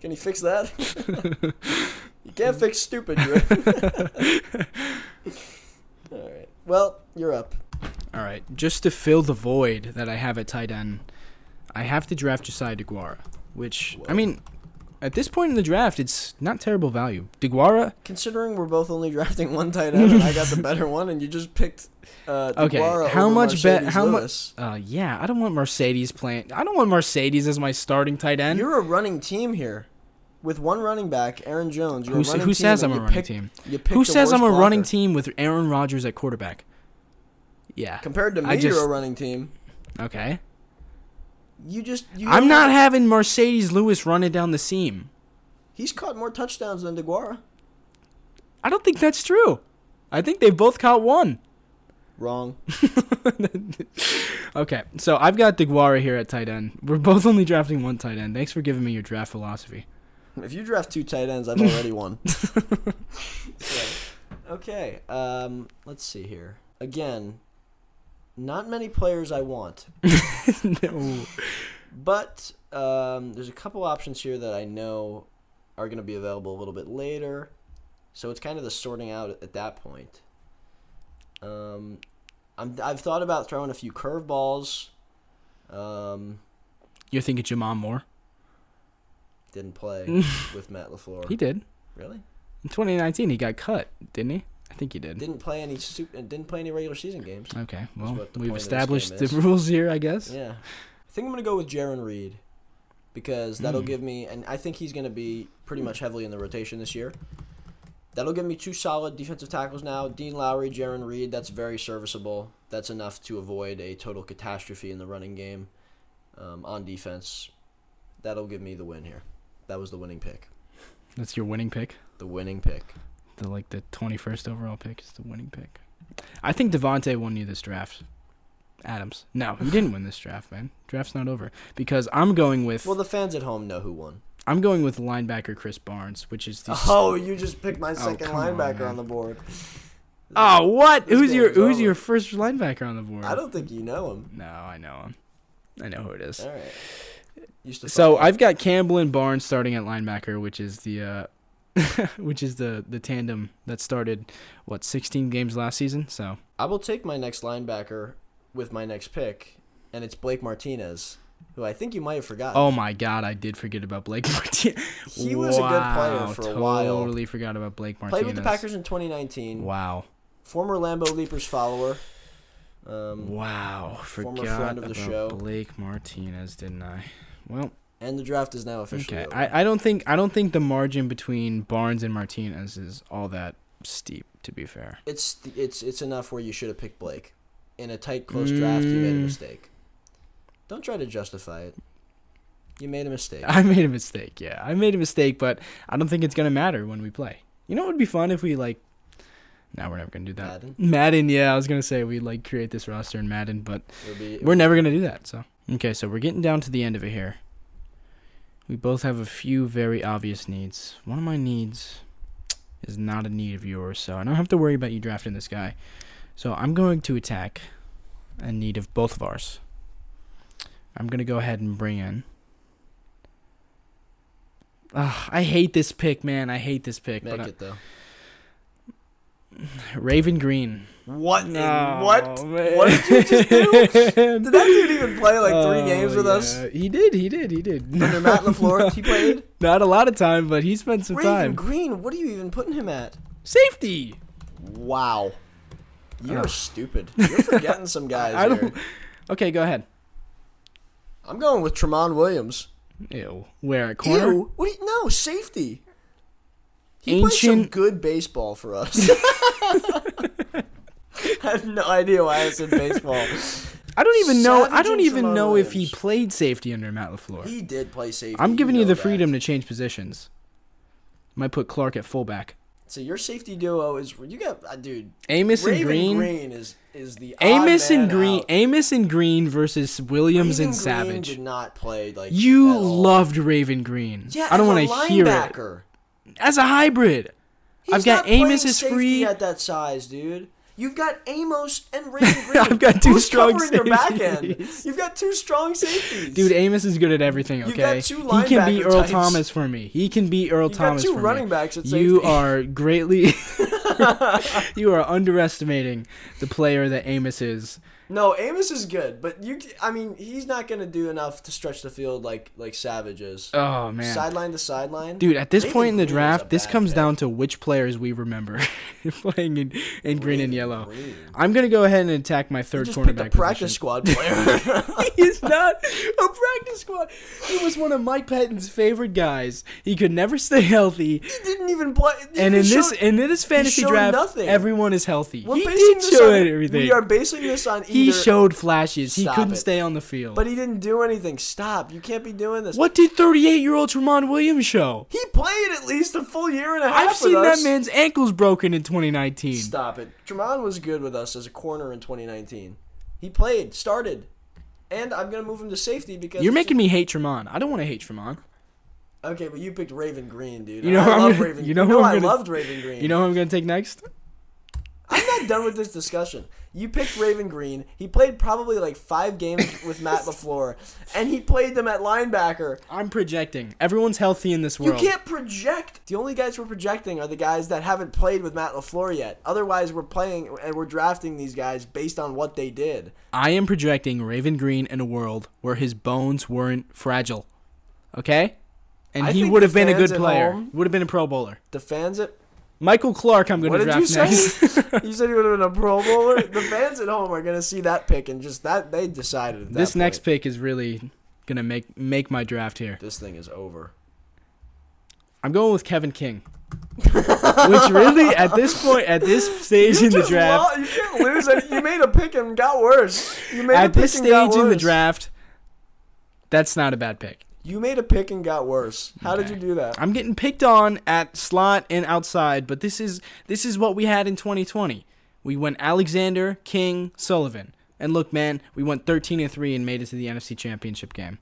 B: Can he fix that? [laughs] you can't fix stupid, Griff.
A: [laughs]
B: [laughs] All right. Well, you're up.
A: All right, just to fill the void that I have at tight end, I have to draft Josiah DeGuara, which, I
B: Whoa.
A: mean, at this point in the draft, it's not terrible value. DeGuara,
B: Considering we're both only drafting one tight end, and I
A: [laughs]
B: got the better one, and you just picked. Uh,
A: Okay,
B: DeGuara
A: how
B: over
A: much bet-
B: Mercedes
A: how mu-
B: Lewis.
A: uh, yeah, I don't want Mercedes playing. I don't want Mercedes as my starting tight end.
B: You're a running team here, with one running back, Aaron Jones. You're
A: Who
B: a
A: s-
B: running
A: who
B: team
A: says I'm
B: and
A: a
B: you
A: running
B: picked-
A: team?
B: You picked
A: Who
B: the
A: says I'm a
B: worst
A: running
B: blocker.
A: team with Aaron Rodgers at quarterback? Yeah.
B: Compared to
A: I
B: me,
A: just-
B: you're a running team.
A: Okay.
B: You just you
A: I'm not having Mercedes Lewis running down the seam.
B: He's caught more touchdowns than DeGuara.
A: I don't think that's true. I think they both caught one. [laughs]
B: Wrong.
A: okay, so I've got DeGuara here at tight end. We're both only drafting one tight end. Thanks for giving me your draft philosophy. [laughs]
B: if you draft two tight ends, I've already won. So, okay. Um, let's see here. Again, not many players I want,
A: no.
B: but um, there's a couple options here that I know are going to be available a little bit later. So it's kind of the sorting out at that point. Um, I'm, I've thought about throwing a few curveballs. Um,
A: You're thinking Jamon Moore?
B: didn't play with Matt Lafleur.
A: He did.
B: really?
A: In 2019, he got cut, didn't he? I think he did.
B: Didn't play any sup- didn't play any regular season games.
A: Okay, well,
B: what the point of
A: we've
B: this
A: established
B: game
A: the
B: is.
A: rules here, I guess.
B: Yeah. I think I'm going to go with Jaron Reed because that'll give me, and I think he's going to be pretty much heavily in the rotation this year. That'll give me two solid defensive tackles now Dean Lowry, Jaron Reed. That's very serviceable. That's enough to avoid a total catastrophe in the running game um, on defense. That'll give me the win here. That was the winning pick.
A: That's your winning pick.
B: The winning pick.
A: The like the 21st overall pick is the winning pick. I think Devontae won you this draft. Adams. No, he didn't win this draft, man. Draft's not over because I'm going with
B: Well, the fans at home know who won.
A: I'm going with linebacker Chris Barnes, which is the
B: [laughs] Oh, you just picked my second
A: come on,
B: linebacker
A: man.
B: on the board.
A: Oh, what?
B: This
A: who's your
B: game's
A: who's
B: over.
A: your first linebacker on the board?
B: I don't think you know him.
A: No, I know him. I know who it is.
B: All right. Used to
A: So I've got Campbell and Barnes starting at linebacker, which is the uh, [laughs] which is the the tandem that started what 16 games last season. So
B: I will take my next linebacker with my next pick, and it's Blake Martinez, who I think you might have forgotten.
A: oh my god, I did forget about Blake [laughs] Martinez.
B: He was a good player for a while.
A: Totally forgot about Blake Martinez.
B: Played with the Packers in 2019.
A: Wow.
B: Former Lambo Leapers follower. Um,
A: Wow. Forgot
B: Former friend of the
A: about
B: show.
A: Blake Martinez, didn't I? Well,
B: and the draft is now officially
A: okay.
B: over.
A: I, I don't think I don't think the margin between Barnes and Martinez is all that steep. To be fair.
B: it's th- it's it's enough where you should have picked Blake. In a tight, close draft, you made a
A: Mm.
B: mistake. Don't try to justify it. You made a mistake.
A: I made a mistake. Yeah, I made a mistake, but I don't think it's gonna matter when we play. You know, it would be fun if we like. No, we're never gonna do that.
B: Madden?
A: Madden. Yeah, I was gonna say we like create this roster in Madden, but
B: It would be-
A: we're never gonna do that. So okay, so we're getting down to the end of it here. We both have a few very obvious needs. One of my needs is not a need of yours, so I don't have to worry about you drafting this guy. So I'm going to attack a need of both of ours. I'm gonna go ahead and bring in. Ugh, I hate this pick, man. I hate this pick.
B: make
A: But
B: it though.
A: I- Raven Green.
B: What? in-
A: No,
B: what?
A: man.
B: What [laughs] did you
A: [laughs]
B: just do? Did that dude even play like three
A: Oh,
B: games with us?
A: yeah. He did. He did. He did.
B: Under Matt
A: [laughs]
B: LaFleur, he played.
A: Not a lot of time, but he spent some
B: Raven
A: time.
B: Green, what are you even putting him at?
A: Safety.
B: Wow. You're stupid. You're forgetting some
A: [laughs]
B: guys.
A: I
B: here.
A: don't. Okay, go ahead.
B: I'm going with Tremont Williams.
A: Ew. Where at corner?
B: Ew. What do you, no, safety. He played some
A: Ancient.
B: good baseball
A: [laughs]
B: for us. [laughs] I have no idea why I said baseball.
A: I don't even know. I
B: Savage
A: don't
B: and
A: even
B: Tremont
A: know if he
B: Williams.
A: played safety under Matt Lafleur.
B: He did play safety.
A: I'm giving you
B: know
A: the
B: that.
A: freedom to change positions. Might put Clark at fullback.
B: So your safety duo is you got uh, dude.
A: Amos
B: Raven
A: and Green.
B: is is the odd
A: Amos and
B: man
A: Green.
B: out.
A: Amos and Green versus Williams
B: Raven
A: and
B: Green
A: Savage.
B: did not play like
A: you
B: at all.
A: loved Raven Green.
B: Yeah,
A: I don't
B: as a
A: want to hear it.
B: linebacker.
A: As a hybrid. I've
B: He's
A: got
B: not playing
A: Amos is
B: safety
A: free.
B: at that size, dude. You've got Amos
A: [laughs]
B: and Raven Green.
A: I've got two
B: Who's
A: strong
B: covering your back end?
A: safeties.
B: You've got two strong safeties,
A: Dude, Amos is good at everything. Okay,
B: You've got two
A: he can be
B: linebacker
A: Earl
B: types.
A: Thomas for me. He can be Earl
B: You've got
A: Thomas
B: two
A: for
B: running
A: me.
B: backs at
A: you
B: safety.
A: are
B: [laughs]
A: greatly, [laughs] you are underestimating the player that Amos is.
B: No, Amos is good, but you. I mean, he's not gonna do enough to stretch the field like like Savage is.
A: Oh man,
B: sideline to sideline,
A: dude! At this
B: Raven
A: point in the
B: Green is a
A: draft, this
B: bad
A: comes
B: pick.
A: down to which players we remember [laughs] playing in, in green and yellow.
B: Green.
A: I'm gonna go ahead and attack my
B: You
A: third
B: just picked a
A: cornerback
B: practice
A: position. [laughs]
B: squad player.
A: he is not a practice squad. He was one of Mike Patton's favorite guys. He could never stay healthy.
B: he didn't even play.
A: And
B: he
A: in this
B: showed-
A: and in this fantasy
B: showed
A: draft,
B: nothing.
A: everyone is healthy.
B: We're
A: he
B: basing
A: did
B: this
A: show
B: on-
A: everything.
B: We are basing this on each
A: He
B: either-
A: showed flashes. He
B: Stop
A: couldn't
B: it.
A: stay on the field.
B: but he didn't do anything. Stop. You can't be doing this.
A: what did 38 year old Tremont Williams show?
B: He played at least a full year and a half.
A: I've
B: with
A: seen that
B: us.
A: man's ankles broken in 2019.
B: Stop it. Tremont was good with us as a corner in 2019. He played, started, and I'm gonna move him to safety because
A: You're making me hate Tremont. I don't want to hate Tremont.
B: Okay, but you picked Raven Green, dude.
A: You know who
B: I
A: I'm
B: love
A: gonna-
B: Raven.
A: you know who
B: no,
A: I'm
B: I
A: gonna-
B: loved Raven Green.
A: You know who I'm going to take next?
B: I'm not done with this discussion. You picked Raven Green. He played probably like five games
A: [laughs]
B: with Matt Lafleur, and he played them at linebacker.
A: I'm projecting. Everyone's healthy in this
B: You
A: world.
B: can't project. The only guys we're projecting are the guys that haven't played with Matt Lafleur yet. Otherwise, we're playing and we're drafting these guys based on what they did.
A: I am projecting Raven Green in a world where his bones weren't fragile. Okay? And
B: I
A: he
B: think
A: would
B: the
A: have been a
B: fans
A: good
B: at
A: player.
B: home-
A: Would have been a Pro Bowler.
B: The fans at
A: Michael Clark, I'm going
B: What
A: to
B: did
A: draft
B: you say?
A: next. [laughs]
B: [laughs] you said he would have been a Pro Bowler. The fans at home are gonna see that pick and just that they decided. At that
A: this next
B: point,
A: pick is really going to make make my draft here.
B: this thing is over.
A: I'm going with Kevin King. Which really, at this point, at
B: [laughs]
A: this stage in the
B: Just
A: draft,
B: lo- you can't lose. Any- you made a pick and got worse. You made a
A: at
B: pick
A: this
B: and
A: stage
B: got
A: in the
B: worse.
A: draft, that's not a bad pick.
B: you made a pick and got worse. How did
A: Okay.
B: you do that?
A: I'm getting picked on at slot and outside, but this is this is what we had in 2020. We went Alexander, King, Sullivan, and look, man, we went 13 and three and made it to the NFC Championship game.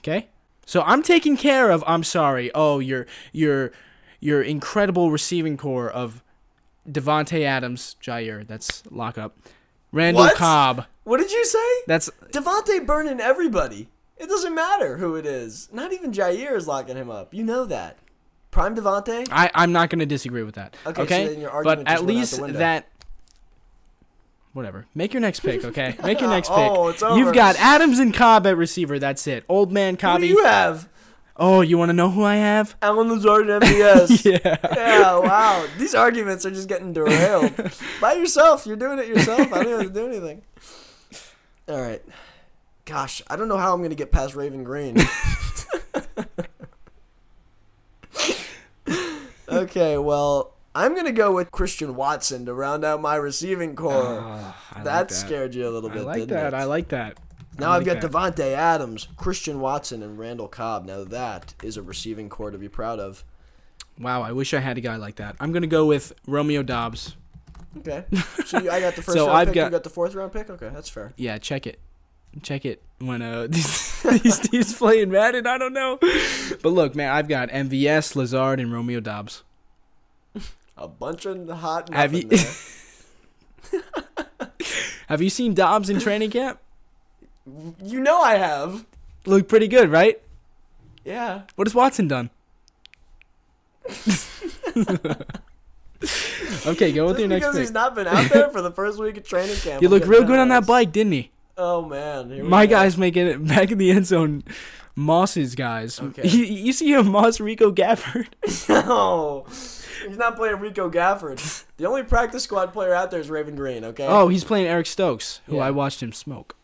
A: Okay, so I'm taking care of. I'm sorry. Oh, your your your incredible receiving core of Devonte Adams, Jair. That's lock up. Randall
B: What?
A: Cobb.
B: What did you say?
A: That's
B: Devontae burning everybody. It doesn't matter who it is. Not even Jair is locking him up. You know that. Prime Devontae.
A: I, I'm not going to disagree with that.
B: Okay,
A: Okay,
B: so then your
A: but
B: argument just
A: at
B: went out the
A: least
B: window.
A: that. Whatever. Make your next pick, okay? Make your next pick.
B: [laughs] Oh, it's over.
A: You've got Adams and Cobb at receiver. That's it. Old man
B: Who
A: Cobb.
B: do you have?
A: Oh, you want to know who I have? [laughs]
B: Alan Lazard and MBS.
A: Yeah.
B: Yeah, wow. These arguments are just
A: [laughs]
B: getting derailed. By yourself. You're doing it yourself. I don't have to do anything. All right. Gosh, I don't know how I'm going to get past
A: [laughs]
B: Raven Green. [laughs] okay, well, I'm going to go with Christian Watson to round out my receiving core.
A: Ah, I like
B: Uh, that, scared you a little
A: I
B: bit,
A: like
B: didn't
A: that.
B: it?
A: I like that.
B: now
A: I
B: I've
A: like
B: got
A: that.
B: Devontae Adams, Christian Watson, and Randall Cobb. Now that is a receiving core to be proud of.
A: Wow, I wish I had a guy like that. I'm going to go with Romeo Dobbs.
B: Okay. [laughs] So you, I got the
A: [laughs]
B: first
A: So
B: round
A: I've
B: pick.
A: got-
B: you got the fourth round pick. Okay, that's fair.
A: Yeah, check it. Check it when uh, [laughs] these, these teams playing Madden. I don't know. But look, man, I've got MVS, Lazard, and Romeo Dobbs.
B: A bunch of hot.
A: Have
B: nothing
A: you-
B: there.
A: Have you seen Dobbs in training camp?
B: [laughs] you know I have.
A: Looked pretty good, right?
B: Yeah.
A: What has Watson
B: [laughs]
A: done? okay, go with
B: Just
A: your next
B: because
A: pick.
B: he's not been out
A: [laughs]
B: there for the first week of training camp.
A: He
B: I'm
A: looked
B: getting
A: real good on that
B: penalized.
A: bike, didn't he?
B: Oh man. Here we
A: My
B: go.
A: guy's making it back in the end zone. Mosses guys.
B: Okay.
A: You, [laughs] you see him, Moss Rico Gafford.
B: [laughs] No. He's not playing Rico Gafford. [laughs] The only practice squad player out there is Raven Green. Okay.
A: Oh, he's playing Eric Stokes, who
B: Yeah.
A: I watched him smoke.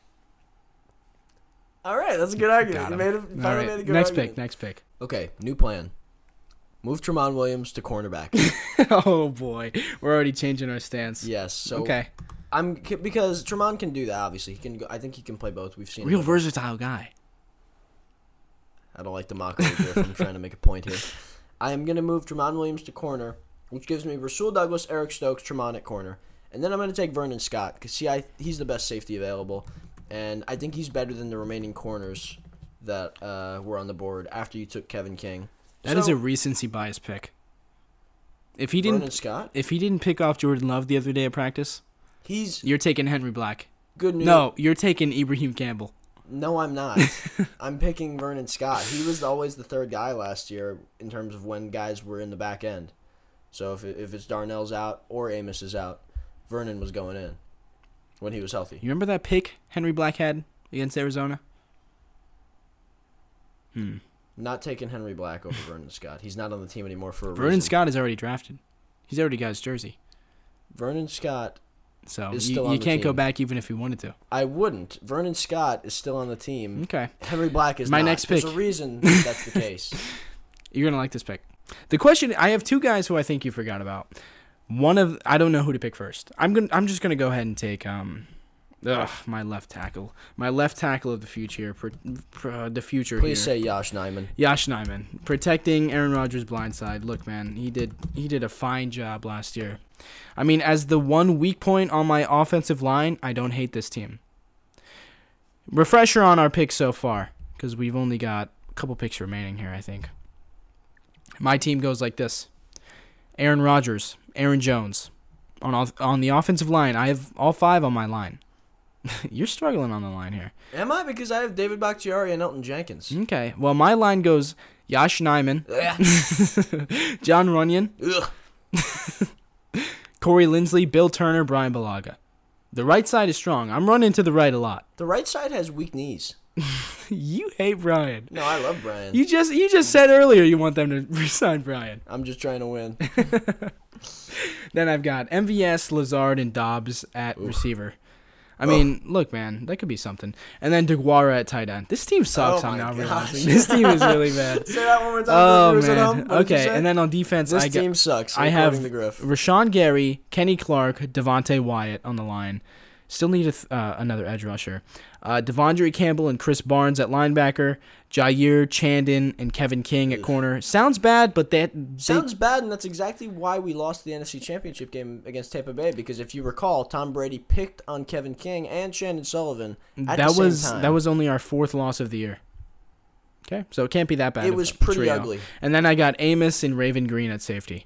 B: All right. That's a good
A: Got
B: argument. You
A: him.
B: made a,
A: All
B: finally
A: right,
B: made a good
A: next
B: argument.
A: pick, next pick. [laughs]
B: Okay. New plan. Move Tremont Williams to cornerback.
A: [laughs] oh boy, we're already changing our stance.
B: yes. So
A: Okay,
B: I'm because Tremont can do that. Obviously, he can. Go, I think he can play both. We've seen.
A: real
B: him.
A: versatile guy.
B: I don't like the mockery here. I'm trying to make a point
A: [laughs]
B: here. I am going to move Tremont Williams to corner, which gives me Rasul Douglas, Eric Stokes, Tremont at corner, and then I'm going to take Vernon Scott because see, I he's the best safety available, and I think he's better than the remaining corners that uh, were on the board after you took Kevin King.
A: That is
B: So,
A: a recency bias pick. If he didn't
B: Vernon Scott.
A: if he didn't pick off Jordan Love the other day at practice,
B: He's
A: you're taking Henry Black.
B: good news.
A: No, you're taking Ibrahim Campbell.
B: No,
A: [laughs]
B: I'm not. I'm picking Vernon Scott. He was always the third guy last year in terms of when guys were in the back end. So if, if it's Darnell's out or Amos is out, Vernon was going in when he was healthy.
A: You remember that pick Henry Black had against Arizona? Hmm.
B: Not taking Henry Black over Vernon Scott. He's not on the team anymore for a
A: Vernon
B: reason.
A: Scott is already drafted. He's already got his jersey.
B: Vernon Scott.
A: So
B: Is
A: you,
B: still on
A: you
B: the
A: can't go
B: team.
A: back even if you wanted to.
B: I wouldn't. Vernon Scott is still on the team.
A: Okay.
B: Henry Black is
A: Mm-hmm. My
B: not.
A: next
B: There's
A: pick. [laughs]
B: a reason that's the case.
A: You're going to like this pick. The question I have two guys who I think you forgot about. One of I don't know who to pick first. I'm going to I'm just going to go ahead and take um Ugh, my left tackle, my left tackle of the future, pr- pr- uh, the future.
B: Please
A: here.
B: say Josh Nyman.
A: Josh Nyman protecting Aaron Rodgers' blind side. Look, man, he did he did a fine job last year. I mean, as the one weak point on my offensive line, I don't hate this team. Refresher on our picks so far, because we've only got a couple picks remaining here. I think my team goes like this: Aaron Rodgers, Aaron Jones, on off- on the offensive line. I have all five on my line. [laughs] You're struggling on the line here.
B: Am I? Because I have David Bakhtiari and Elton Jenkins.
A: Okay. Well, my line goes Yash Nyman,
B: Ugh.
A: [laughs] John Runyon, [laughs]
B: Ugh.
A: Corey Lindsley, Bill Turner, Brian Balaga. The right side is strong. I'm running to the right a lot. [laughs]
B: The right side has weak knees.
A: you hate Brian.
B: No, I love Brian.
A: You just you just said earlier you want them to [laughs] resign Brian.
B: I'm just trying to win.
A: Then I've got MVS, Lazard, and Dobbs at receiver. I mean, look, man, that could be something. And then DeGuara at tight end. This team sucks.
B: Oh
A: I'm
B: my
A: now
B: gosh.
A: realizing this team is
B: [laughs]
A: really bad.
B: [laughs] Say that one more
A: oh
B: for the viewers at home.
A: man.
B: What did you
A: Okay,
B: say?
A: and then on defense,
B: this
A: I got
B: team sucks.
A: I have
B: according to Griff.
A: Rashawn Gary, Kenny Clark, Devontae Wyatt on the line. Still need a th- uh, another edge rusher. Uh, Devondre Campbell and Chris Barnes at linebacker. Jair Chandon and Kevin King at corner. Sounds bad, but that
B: Sounds bad, and that's exactly why we lost the NFC Championship game against Tampa Bay. Because if you recall, Tom Brady picked on Kevin King and Shannon Sullivan at
A: that
B: the same
A: was
B: time.
A: that was only our fourth loss of the year. Okay, so it can't be that bad.
B: It
A: of
B: was
A: a
B: pretty
A: trio.
B: ugly.
A: And then I got Amos and Raven Green at safety.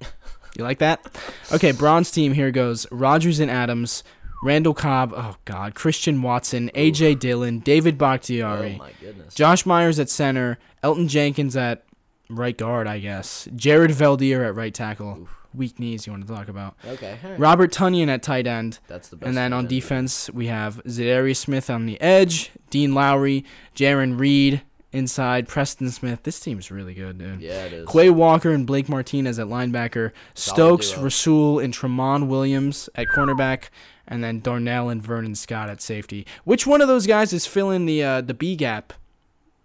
A: You like that? Okay, bronze team here goes Rogers and Adams, Randall Cobb. Oh God, Christian Watson, AJ Dillon, David Bakhtiari,
B: Oh my goodness.
A: Josh Myers at center, Elton Jenkins at right guard, I guess. Jared Valdir at right tackle. Weak knees. You want to talk about?
B: Okay, all right.
A: Robert Tunyon at tight end.
B: that's the best.
A: And then
B: we've
A: on
B: been.
A: defense, we have Zadarius Smith on the edge, Dean Lowry, Jaron Reed inside, Preston Smith. This team's really good, dude.
B: yeah, it is.
A: Quay Walker and Blake Martinez at linebacker, Stokes,
B: duo.
A: Rasul, and Tremont Williams at cornerback, and then Darnell and Vernon Scott at safety. Which one of those guys is filling the uh, the B gap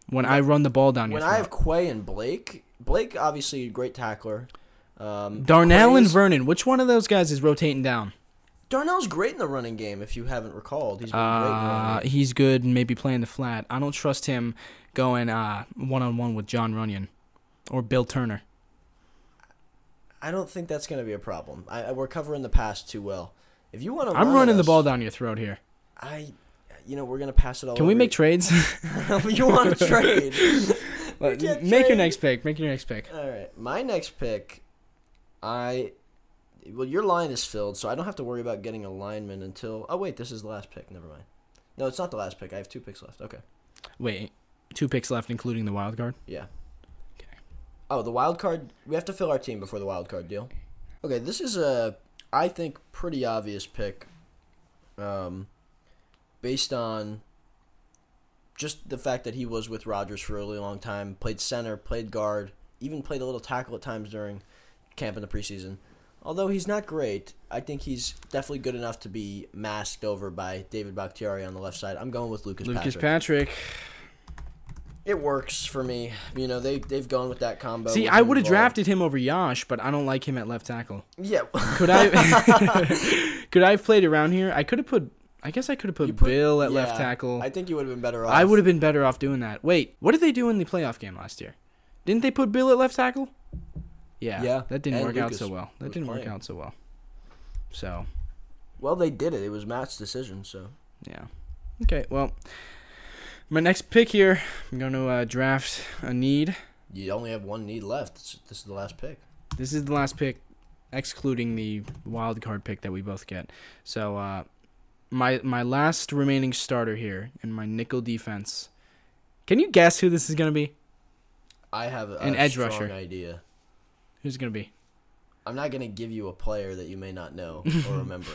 A: when I run the ball down your
B: When
A: throat?
B: I have Quay and Blake, Blake obviously a great tackler. Um,
A: Darnell and
B: Quay's-
A: Vernon, which one of those guys is rotating down?
B: Darnell's great in the running game. If you haven't recalled, he's been great. In the running
A: Uh,
B: game.
A: he's good and maybe playing the flat. I don't trust him going one on one with John Runyon or Bill Turner.
B: I don't think that's going to be a problem. I, I- we're covering the pass too well. If you want to,
A: I'm running the ball down your throat here.
B: I, you know, we're going to pass it all.
A: Can we
B: over
A: make
B: you.
A: trades?
B: [laughs] you
A: [laughs]
B: want to trade?
A: make
B: can't
A: your
B: trade.
A: next pick. Make your next pick.
B: All right, my next pick, I, well, your line is filled, so I don't have to worry about getting a lineman until. Oh wait, this is the last pick. Never mind. No, it's not the last pick. I have two picks left. Okay.
A: Wait, two picks left, including the wild card.
B: Yeah.
A: Okay.
B: Oh, the wild card. We have to fill our team before the wild card deal. Okay, this is a, I think, pretty obvious pick, um, based on just the fact that he was with Rodgers for a really long time, played center, played guard, even played a little tackle at times during camp in the preseason. Although he's not great, I think he's definitely good enough to be masked over by David Bakhtiari on the left side. I'm going with Lucas,
A: Lucas
B: Patrick.
A: Patrick.
B: It works for me. You know, they they've gone with that combo.
A: See,
B: with
A: I
B: him
A: would have
B: involved.
A: drafted him over Yash, but I don't like him at left tackle.
B: [laughs]
A: [laughs]
B: Yeah.
A: Could I? [laughs] could I have played around here? I could have put. I guess I could have put, Bill at left
B: Yeah,
A: tackle.
B: I think you would have been better off.
A: I would have been better off doing that. Wait, what did they do in the playoff game last year? Didn't they put Bill at left tackle? Yeah,
B: Yeah,
A: that didn't
B: and
A: work
B: Lucas
A: out so well. That
B: was
A: didn't work
B: playing.
A: out so well. So,
B: Well, they did it. It was Matt's decision, so.
A: yeah. Okay, well, my next pick here, I'm going to uh, draft a need.
B: You only have one need left. This, this is the last pick.
A: This is the last pick, excluding the wild card pick that we both get. So, uh, my my last remaining starter here in my nickel defense. Can you guess who this is going to be?
B: I have a,
A: An
B: a
A: edge
B: strong
A: rusher.
B: idea.
A: Who's it going to be?
B: I'm not going to give you a player that you may not know
A: [laughs]
B: or remember.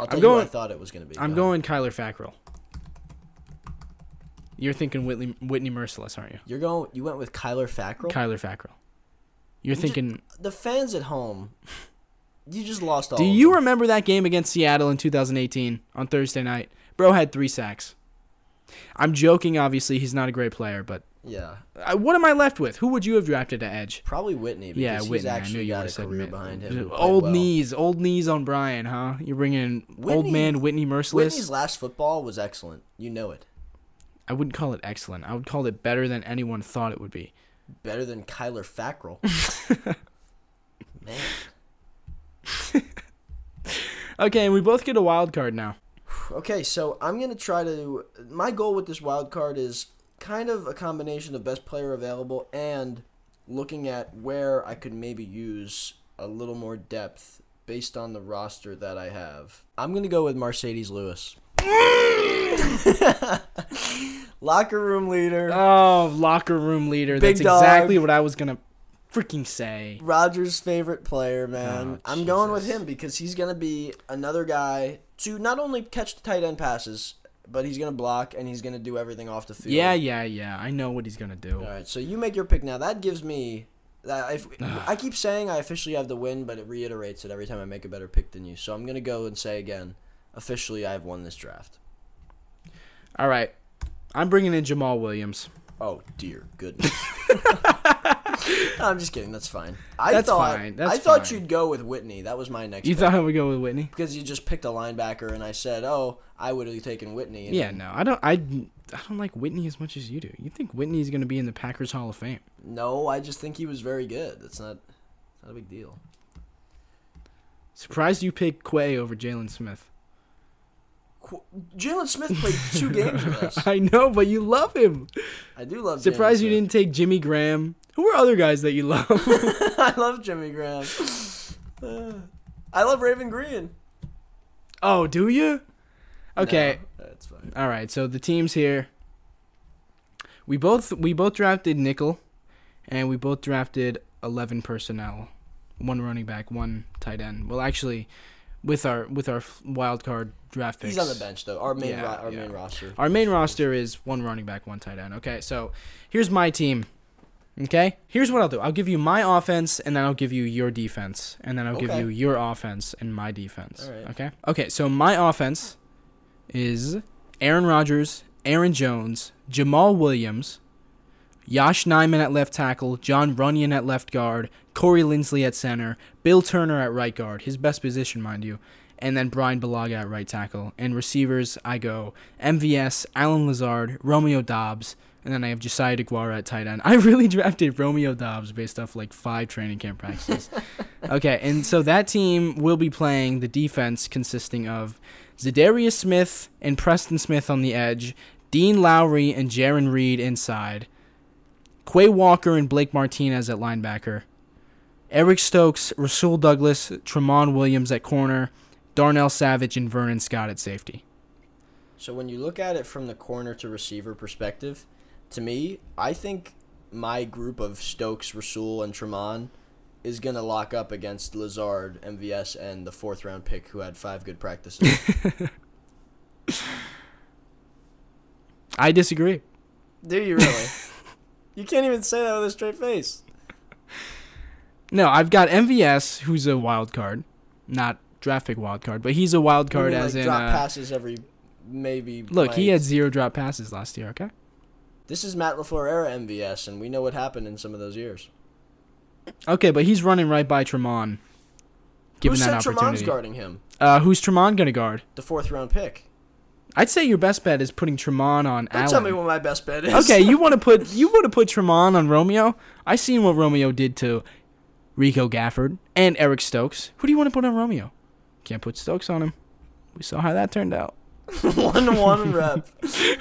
B: I'll tell you who I
A: going-
B: thought it was going to be.
A: I'm
B: Go ahead.
A: going Kyler Fackrell. You're thinking Whitney, Whitney Merciless, aren't you?
B: You're going. You went with Kyler Fackrell.
A: Kyler Fackrell. You're
B: ju-
A: thinking.
B: the fans at home. You just lost all.
A: Do
B: of
A: you
B: them.
A: remember that game against Seattle in 2018 on Thursday night? Bro had three sacks. I'm joking, obviously. He's not a great player, but
B: Yeah,
A: I, what am I left with? Who would you have drafted at edge?
B: probably Whitney because
A: Yeah,
B: he's
A: Whitney. I knew
B: actually
A: you
B: got
A: would
B: a career behind him. and played
A: Old
B: well.
A: knees, old knees on Brian, huh? You're bringing old
B: Whitney-
A: man Whitney Merciless.
B: Whitney's last football was excellent. You know it.
A: I wouldn't call it excellent. I would call it better than anyone thought it would be.
B: Better than Kyler Fackrell. Man,
A: Okay, and we both get a wild card now.
B: Okay, so I'm gonna try to. My goal with this wild card is kind of a combination of best player available and looking at where I could maybe use a little more depth based on the roster that I have. I'm gonna go with Mercedes Lewis. [laughs] Locker room leader,
A: Oh, locker room leader. That's
B: Big dog.
A: exactly what I was gonna freaking say.
B: Rogers' favorite player, man.
A: Oh,
B: I'm going with
A: Jesus.
B: him because he's gonna be another guy to not only catch the tight end passes, but he's gonna block and he's gonna do everything off the field.
A: Yeah, yeah, yeah. I know what he's gonna do.
B: All right, so you make your pick now. That gives me that if, I keep saying I officially have the win, but it reiterates it every time I make a better pick than you. So I'm gonna go and say again, officially I've won this draft.
A: All right, I'm bringing in Jamal Williams.
B: Oh dear
A: [laughs]
B: goodness. No, I'm just kidding. That's fine. I
A: That's
B: thought
A: fine, that's
B: I thought
A: fine.
B: you'd go with Whitney. That was my next.
A: You
B: pick.
A: thought I would go with Whitney?
B: because you just picked a linebacker, and I said, "Oh, I would have taken Whitney." And
A: Yeah, no, I don't. I, I don't like Whitney as much as you do. You think Whitney's gonna be in the Packers Hall of Fame?
B: No, I just think he was very good. That's not. It's not a big deal.
A: Surprised you picked Quay over Jalen Smith.
B: Qu- Jalen Smith played [laughs] two games with
A: [laughs]
B: us.
A: I know, but you love him.
B: I do love. Jalen
A: Surprised you
B: Smith.
A: didn't take Jimmy Graham. Who are other guys that you [laughs] love?
B: [laughs] I love Jimmy Graham. [sighs] Uh, I love Raven Green.
A: oh, do you? Okay.
B: No, that's fine.
A: All right. So the teams here. We both we both drafted nickel, and we both drafted eleven personnel, one running back, one tight end. Well, actually, with our with our f- wild card draft picks.
B: He's on the bench though. Our main
A: Yeah,
B: ro- our
A: yeah.
B: main roster.
A: Our main roster is one running back, one tight end. Okay, so here's my team. Okay, here's what I'll do. I'll give you my offense, and then I'll give you your defense, and then I'll give
B: Okay.
A: you your offense and my defense.
B: All right.
A: Okay. Okay. So my offense is Aaron Rodgers, Aaron Jones, Jamal Williams, Yash Nyman at left tackle, John Runyon at left guard, Corey Lindsley at center, Bill Turner at right guard, his best position, mind you, and then Brian Balaga at right tackle. And receivers, I go MVS, Alan Lazard, Romeo Dobbs, and then I have Josiah DeGuara at tight end. [laughs] I really drafted Romeo Dobbs based off like five training camp practices. okay, and so that team will be playing the defense consisting of Zadarius Smith and Preston Smith on the edge, Dean Lowry and Jaron Reed inside. Quay Walker and Blake Martinez at linebacker. Eric Stokes, Rasul Douglas, Tremont Williams at corner, Darnell Savage, and Vernon Scott at safety.
B: So when you look at it from the corner to receiver perspective, to me, I think my group of Stokes, Rasul, and Tremont is gonna lock up against Lazard, MVS, and the fourth round pick who had five
A: [laughs]
B: good practices.
A: I disagree.
B: do you really? You can't even say that with a straight face.
A: No, I've got MVS, who's a wild card, not draft pick wild card, but he's a wild
B: You
A: card
B: mean,
A: as
B: like,
A: in.
B: drop
A: uh,
B: passes every maybe.
A: look, he
B: might.
A: had zero drop passes last year. Okay.
B: This is Matt LaFleur era MVS, and we know what happened in some of those years.
A: Okay, but he's running right by Tremont, given
B: Who
A: that
B: said Tremont's
A: opportunity.
B: guarding him?
A: Uh, who's Tremont gonna guard?
B: The fourth round pick.
A: I'd say your best bet is putting Tremont on
B: Don't
A: Allen.
B: tell me what my best bet is.
A: Okay, you want to put you want to put Tremont on Romeo? I seen what Romeo did to Rico Gafford and Eric Stokes. Who do you want to put on Romeo? Can't put Stokes on him. We saw how that turned out.
B: [laughs]
A: [laughs]
B: one one rep.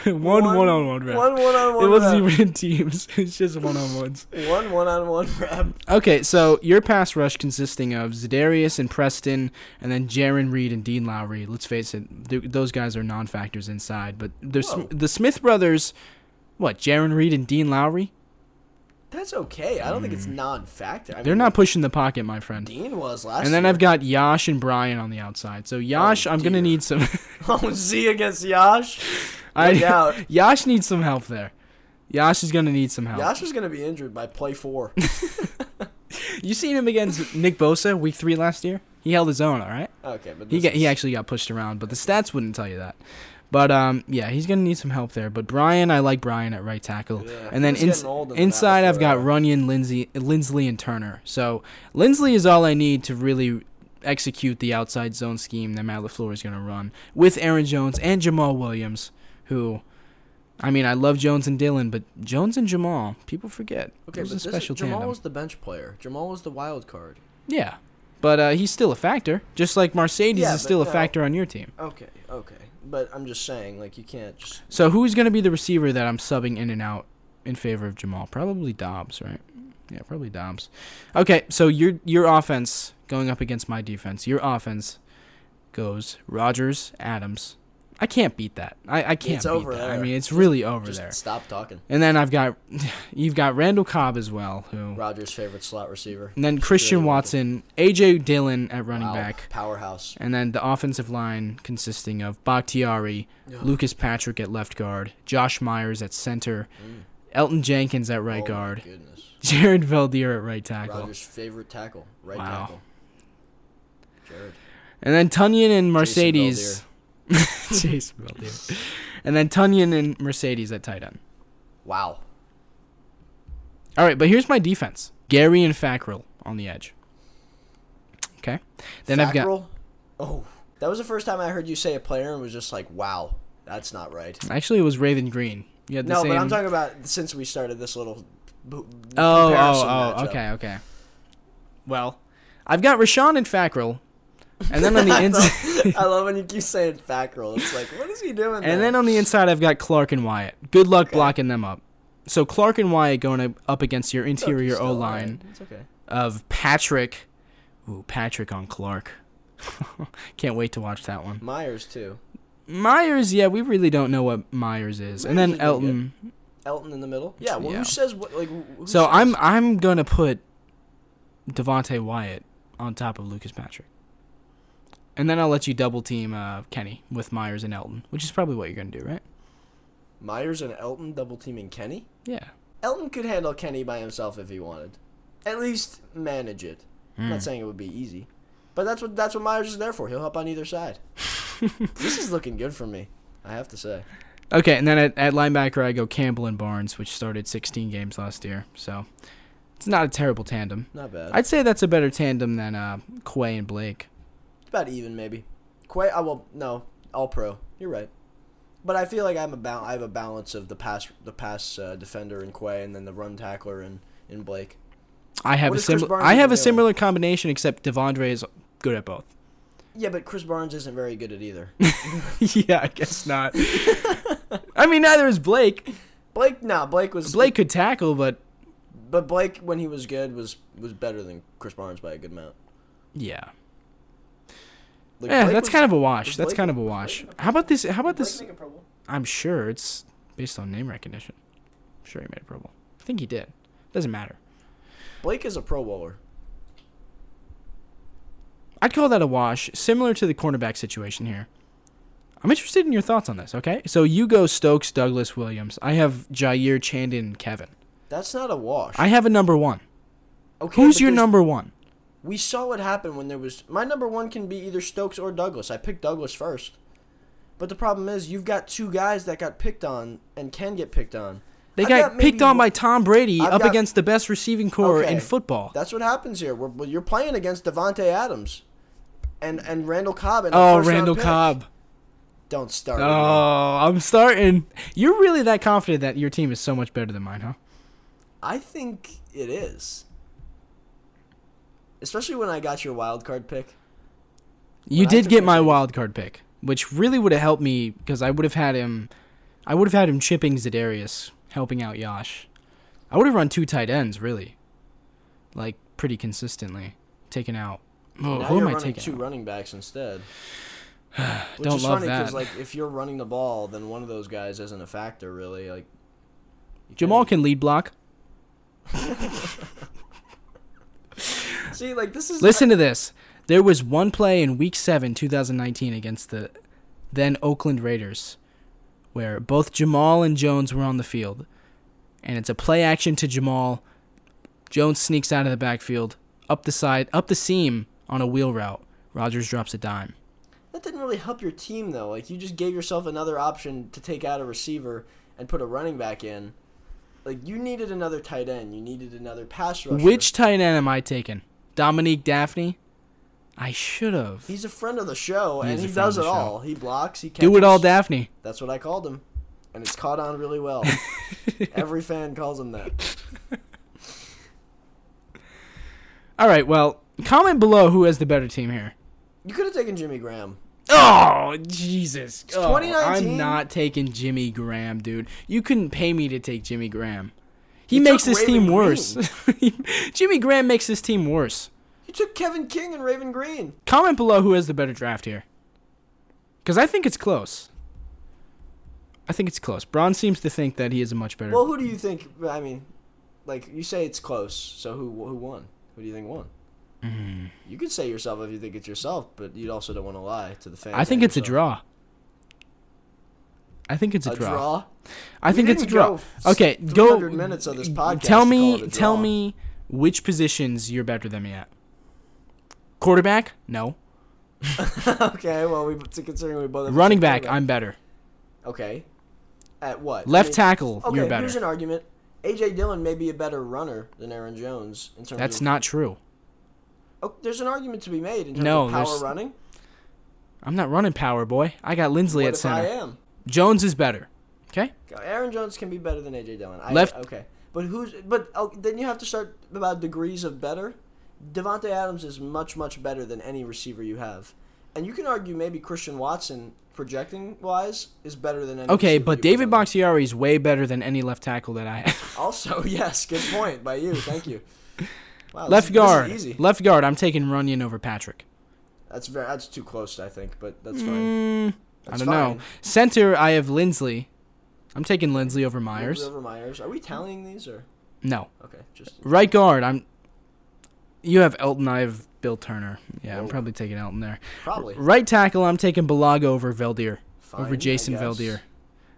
A: one one on one
B: One
A: rep.
B: one on
A: It
B: one.
A: wasn't
B: rep.
A: even in teams. [laughs] It's just one on ones.
B: One one on one rep.
A: Okay, so your pass rush consisting of Zadarius and Preston, and then Jaron Reed and Dean Lowry. Let's face it, th- those guys are non-factors inside. But the Sm-
B: Whoa.
A: the Smith brothers, what Jaron Reed and Dean Lowry?
B: That's okay. I don't think it's non-factor. I
A: Mm. They're
B: mean,
A: not pushing the pocket, my friend.
B: Dean was last.
A: And then I've
B: year.
A: got Yash and Brian on the outside. So Yash, I'm gonna
B: Oh, dear.
A: need some. [laughs]
B: [laughs] oh Z against Yash. No
A: I
B: doubt.
A: [laughs] Yash needs some help there. Yash is gonna need some help.
B: Yash is gonna be injured by
A: [laughs]
B: play four.
A: You seen him against Nick Bosa week three last year? He held his own. All right.
B: Okay, but
A: He
B: this
A: got, he
B: is-
A: actually got pushed around, but the stats wouldn't tell you that. But um, yeah, he's gonna need some help there. But Brian, I like Brian at right tackle,
C: Yeah,
A: and then
B: he's
A: ins-
B: getting old in the
A: inside I've got
B: backfield.
A: Runyon, Lindsay, Lindsley, and Turner. So Lindsley is all I need to really execute the outside zone scheme that Matt Lafleur is gonna run with Aaron Jones and Jamal Williams, who. I mean, I love Jones and Dylan, but Jones and Jamal, people forget.
B: Okay,
A: it was
B: but
A: a special
B: this, Jamal
A: tandem.
B: was the bench player. Jamal was the wild card.
A: Yeah, but uh, he's still a factor, just like Mercedes
B: Yeah,
A: is still a
B: but no.
A: factor on your team.
B: Okay, okay. But I'm just saying, like, you can't just.
A: So who's going to be the receiver that I'm subbing in and out in favor of Jamal? Probably Dobbs, right? Yeah, probably Dobbs. Okay, so your your offense going up against my defense. Your offense goes Rogers, Adams. I can't beat that. I, I can't
B: It's
A: beat
B: over
A: that. I
B: there.
A: mean, it's really over
B: Just
A: there.
B: stop talking.
A: And then I've got [laughs] you've got Randall Cobb as well, who
B: Rogers' favorite slot receiver.
A: and then Christian
B: Really good.
A: Watson, AJ Dillon at running
B: Wow,
A: back.
B: Powerhouse.
A: And then the offensive line consisting of Bakhtiari,
B: Yeah.
A: Lucas Patrick at left guard, Josh Myers at center,
B: Mm.
A: Elton Jenkins at right
B: Oh my
A: guard,
B: goodness.
A: Jared Valdir at right tackle.
B: Rogers' favorite tackle. Right
A: Wow.
B: tackle. Jared.
A: And then Tunyon and Mercedes. [laughs] Jason Valdir. And then Tunyon and Mercedes at tight end.
B: Wow.
A: All right, but here's my defense Gary and Fackrell on the edge. Okay. Then I've got.
B: Fackrell? Oh, that was the first time I heard you say a player and was just like, wow, that's not right.
A: Actually, it was Raven Green. You had the
B: No,
A: same.
B: but I'm talking about since we started this little. b- b-
A: Oh,
B: comparison
A: oh, oh,
B: matchup.
A: okay, okay. Well, I've got Rashawn and Fackrell, and
B: [laughs]
A: then on [laughs] the inside,
B: I love when you keep saying Fackrell. It's like, what is he doing?
A: and then on the inside, I've got Clark and Wyatt. Good luck blocking them up. So Clark and Wyatt going up- up against your interior O line
B: It's okay.
A: of Patrick. Ooh, Patrick on Clark. [laughs] Can't wait to watch that one.
B: Myers too.
A: Myers, yeah, we really don't know what Myers is, and
B: Myers
A: then
B: is really good.
A: Elton.
B: Elton in the middle. Yeah. Well,
A: Yeah.
B: who says what? Like. who- who
A: So
B: says-
A: I'm I'm gonna put Devonte Wyatt on top of Lucas Patrick, and then I'll let you double team uh, Kenny with Myers and Elton, which is probably what you're gonna do, right?
B: Myers and Elton double teaming Kenny.
A: Yeah.
B: Elton could handle Kenny by himself if he wanted. At least manage it. I'm not saying it would be easy, but that's what that's what Myers is there for. He'll help on either side. this is looking good for me. I have to say.
A: Okay, and then at, at linebacker I go Campbell and Barnes, which started 16 games last year, so it's not a terrible tandem.
B: Not bad.
A: I'd say that's a better tandem than uh, Quay and Blake.
B: It's about even maybe. Quay, I will no all pro. You're right, but I feel like I'm a bal- I have a balance of the pass the pass uh, defender in Quay and then the run tackler in in Blake.
A: I have
B: What
A: a
B: is Chris
A: similar
B: Barnes
A: I have
B: even
A: a
B: doing?
A: similar combination, except Devondre is good at both. [laughs]
B: Yeah, but Chris Barnes isn't very good at either.
A: yeah, I guess
B: [laughs]
A: not. I mean, neither is Blake.
B: Blake, nah, Blake was
A: Blake could tackle, but
B: but Blake when he was good was was better than Chris Barnes by a good amount.
A: yeah,
B: Like,
A: yeah,
B: Blake
A: that's
B: was-
A: kind of a wash.
B: was
A: That's
B: Blake-
A: kind of a wash. How about this? How about this?
C: Blake make a Pro Bowl?
A: I'm sure it's based on name recognition. I'm sure he made a Pro Bowl. I think he did. Doesn't matter.
B: Blake is a Pro Bowler.
A: I'd call that a wash, similar to the cornerback situation here. I'm interested in your thoughts on this. Okay, so you go Stokes, Douglas, Williams. I have Jair, Chandon, and Kevin.
B: That's not a wash.
A: I have a number one.
B: okay,
A: Who's
B: but
A: your
B: there's-
A: number one?
B: We saw what happened when there was my number one can be either Stokes or Douglas. I picked Douglas first, but the problem is you've got two guys that got picked on and can get picked on.
A: They
B: I've
A: got, picked
B: maybe
A: on by
B: one-
A: Tom Brady
B: I've
A: up
B: got-
A: against the best receiving core
B: Okay.
A: in football.
B: That's what happens here. We're, well, you're playing against Devonte Adams, and and Randall Cobb. And a
A: Oh,
B: first-round
A: Randall
B: pick.
A: Cobb.
B: Don't start. with me.
A: Oh, I'm starting. You're really that confident that your team is so much better than mine, huh?
B: I think it is. Especially when I got your wild card pick.
A: You
B: I
A: did
B: took
A: get my
B: Mercedes-
A: wild card pick, which really would have helped me because I would have had him. I would have had him chipping Zadarius, helping out Yash. I would have run two tight ends really, like pretty consistently, taking out. Oh,
B: now
A: who
B: you're
A: am I
B: running
A: taking?
B: two
A: out?
B: running
A: [sighs]
B: backs instead. Which
A: Don't
B: is
A: love
B: funny 'cause,
A: that.
B: like if you're running the ball, then one of those guys isn't a factor really. Like you
A: Jamal can lead block.
B: can't- see like this is
A: Listen to this. There was one play in Week 7, 2019, against the then Oakland Raiders where both Jamal and Jones were on the field. And it's a play action to Jamal. Jones sneaks out of the backfield, up the side, up the seam on a wheel route. Rogers drops a dime.
B: not- That didn't really help your team though. Like you just gave yourself another option to take out a receiver and put a running back in. Like you needed another tight end. You needed another pass rusher.
A: Which tight end am I taking? Dominique Daphne? I should have.
B: he's a friend of the show
A: He
B: and
A: is a
B: he
A: friend
B: does
A: of
B: it
A: the show.
B: all. He blocks. He catches.
A: Do it all, Daphne.
B: That's what I called him, and it's caught on
A: [laughs]
B: really well. Every fan calls him that.
A: All right, well, comment below who has the better team here.
B: You could have taken Jimmy Graham.
A: Oh, Jesus. Oh,
B: 2019.
A: I'm not taking Jimmy Graham, dude. You couldn't pay me to take Jimmy Graham. He
B: You
A: makes
B: took
A: this team
B: Raven
A: worse. [laughs] Jimmy Graham makes this team worse.
B: You took Kevin King and Raven Green.
A: Comment below who has the better draft here. Because I think it's close. I think it's close. Braun seems to think that he is a much better.
B: Well, who do you think? I mean, like you say, it's close. So who who won? Who do you think won?
A: Hmm.
B: You could say yourself if you think it's yourself, but you also don't want to lie to the fans.
A: I think
B: and
A: it's a
B: yourself.
A: draw. I think it's a,
B: A draw. [laughs]
A: I
B: We
A: think it's a
B: didn't
A: draw.
B: go s-
A: Okay, go.
B: 300 minutes of this podcast
A: Tell
B: to
A: me,
B: call it a
A: tell
B: draw.
A: me which positions you're better than me at. Quarterback? No.
B: okay. Well, we to considering we both have
A: Running back? I'm better.
B: okay. At what
A: Left
B: I mean,
A: tackle?
B: Okay,
A: you're better.
B: here's an argument. AJ Dillon may be a better runner than Aaron Jones in terms
A: That's
B: of.
A: not true.
B: Oh, there's an argument to be made in terms
A: No,
B: of power
A: there's-
B: running.
A: I'm not running power, boy. I got Lindsley
B: What
A: at
B: if I
A: center.
B: am?
A: Jones is better. Okay.
B: Aaron Jones can be better than AJ Dillon. I,
A: Left-
B: Okay, but who's? But oh, then you have to start about degrees of better. Devonte Adams is much much better than any receiver you have, and you can argue maybe Christian Watson projecting wise is better than any.
A: Okay,
B: receiver
A: but
B: you
A: David
B: put on.
A: Bakhtiari is way better than any left tackle that I [laughs] have.
B: Also, [laughs] yes, good point by you. Thank
A: [laughs]
B: you.
A: left
B: Wow, this is- this is
A: guard.
B: easy.
A: Left guard. I'm taking Runyon over Patrick.
B: That's very. That's too close, I think. But that's fine.
A: Mm, I
B: That's
A: don't know.
B: fine.
A: Center. I have Lindsley. I'm taking Lindsley over Myers.
B: Over Myers. Are we tallying these or?
A: No.
B: Okay, just
A: Right guard, I'm. You have Elton. I have Bill Turner. Yeah, I'm
B: Whoa.
A: probably taking Elton there.
B: probably.
A: Right tackle, I'm taking Balaga over Veldier.
B: Fine,
A: over
B: I
A: Jason
B: guess.
A: Veldier.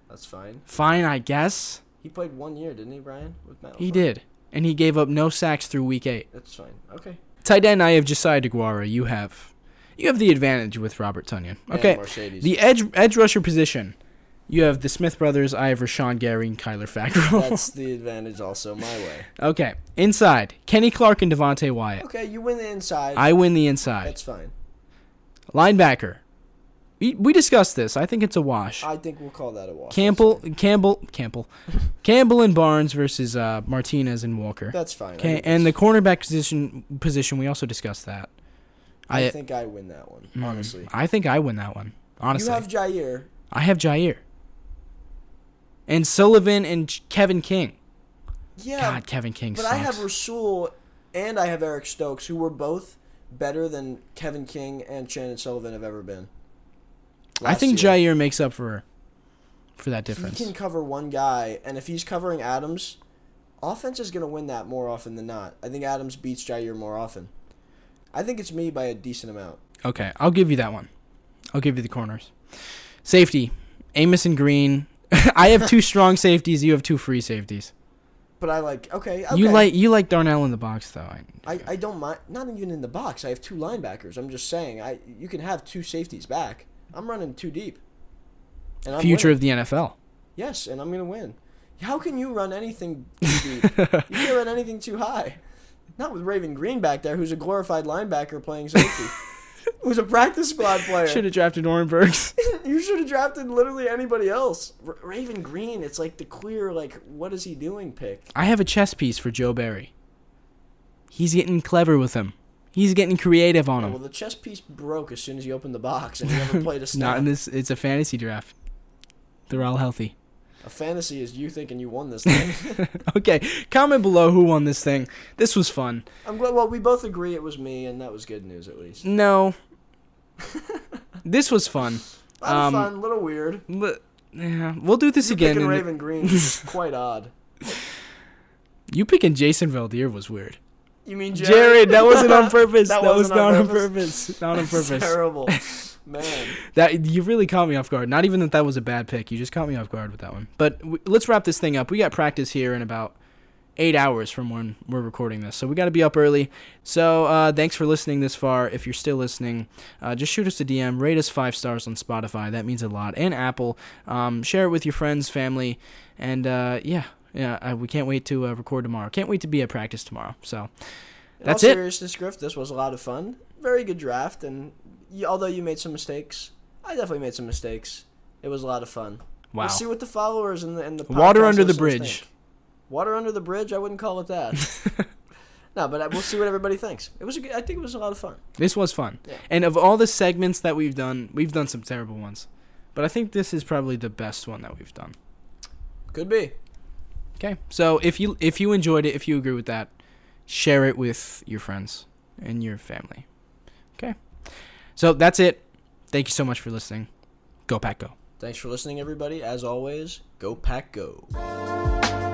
B: That's fine.
A: Fine, I guess.
B: He played one year, didn't he, Brian? With Matt
A: He
B: LaFleur?
A: did. And he gave up no sacks through week eight.
B: That's fine. Okay.
A: Tight end, I have Josiah DeGuara. You have. You have the advantage with Robert Tunyon. Okay.
B: Mercedes.
A: The edge edge rusher position. You have the Smith brothers. I have Rashawn Gary and Kyler Fackrell. [laughs]
B: [laughs] That's the advantage also my way.
A: okay. Inside, Kenny Clark and Devontae Wyatt.
B: Okay, you win the inside.
A: I win the inside.
B: That's fine.
A: Linebacker. We, we discussed this. I think it's a wash.
B: I think we'll call that a wash.
A: Campbell, Campbell, Campbell,
B: [laughs]
A: Campbell and Barnes versus uh, Martinez and Walker.
B: That's fine. I
A: Okay,
B: think
A: and the
B: that's-
A: cornerback position position we also discussed that.
B: I,
A: I-
B: think I win that one.
A: Mm,
B: honestly,
A: I think I win that one. Honestly,
B: you have Jair.
A: I have Jair and Sullivan and Ch- Kevin King.
B: Yeah,
A: God, Kevin King
B: but
A: sucks.
B: I have Rasul and I have Eric Stokes, who were both better than Kevin King and Shannon Sullivan have ever been.
A: I think
B: Last year.
A: Jair makes up for for that difference.
B: He can cover one guy, and if he's covering Adams, offense is going to win that more often than not. I think Adams beats Jair more often. I think it's me by a decent amount.
A: Okay, I'll give you that one. I'll give you the corners. Safety, Amos and Green. [laughs] I have two strong safeties. You have two free safeties.
B: But I like okay. okay.
A: You like you like Darnell in the box though. I,
B: I, I don't mind. Not even in the box. I have two linebackers. I'm just saying. I you can have two safeties back. I'm running too deep. And I'm
A: future
B: winning.
A: of the NFL.
B: Yes, and I'm gonna win. How can you run
A: [laughs]
B: anything too deep? you can't run anything too high. Not with Raven Green back there, who's a glorified linebacker
A: [laughs]
B: playing safety, who's a practice squad player.
A: Should have drafted Orenbergs.
B: [laughs] you should have drafted literally anybody else. R- Raven Green, it's like the clear, like, what is he doing pick.
A: I have a chess piece for Joe Barry. He's getting clever with him. He's getting creative on
B: Well,
A: him.
B: the chess piece broke as soon as he opened the box, and he never played a
A: It's [laughs] not
B: snap.
A: in this. It's a fantasy draft. They're all healthy. [laughs]
B: a fantasy is you thinking you won this thing.
A: okay, comment below who won this thing. This was fun.
B: I'm glad. Well, we both agree it was me, and that was good news at least.
A: No, this was fun.
B: A lot
A: Um,
B: of fun, a little weird.
A: L- yeah, we'll do this
B: You
A: again.
B: picking
A: in-
B: Raven Green is
A: [laughs]
B: quite odd.
A: you picking Jason Valdir was weird.
B: You mean Jared?
A: Jared, that wasn't on purpose. that,
B: [laughs] That
A: was
B: wasn't
A: not
B: on
A: on
B: purpose.
A: purpose.
B: [laughs]
A: Not on purpose. [laughs]
B: Terrible, man.
A: That you really caught me off guard. Not even that that was a bad pick. You just caught me off guard with that one. But w- let's wrap this thing up. We got practice here in about eight hours from when we're recording this. So we got to be up early. So uh, thanks for listening this far. If you're still listening, uh, just shoot us a DM, rate us five stars on Spotify. That means a lot. And Apple. Um, share it with your friends, family, and uh, yeah, yeah. I, we can't wait to uh, record tomorrow. Can't wait to be at practice tomorrow. So
B: In
A: that's
B: all
A: it.
B: seriousness, Griff, this was a lot of fun. Very good draft, and y although you made some mistakes, I definitely made some mistakes. It was a lot of fun.
A: Wow.
B: We'll see what the followers and the, and the
A: Water
B: podcast
A: under the
B: listeners
A: bridge.
B: think. Water under the bridge. I wouldn't call it that.
A: [laughs]
B: no, but I, we'll see what everybody thinks. It was. A good, I think it was a lot of fun.
A: This was fun.
B: Yeah.
A: And of all the segments that we've done, we've done some terrible ones. But I think this is probably the best one that we've done.
B: Could be.
A: Okay. So if you if you enjoyed it, if you agree with that, share it with your friends and your family. Okay. So that's it. Thank you so much for listening. Go Pack Go.
B: Thanks for listening, everybody. As always, go pack, go.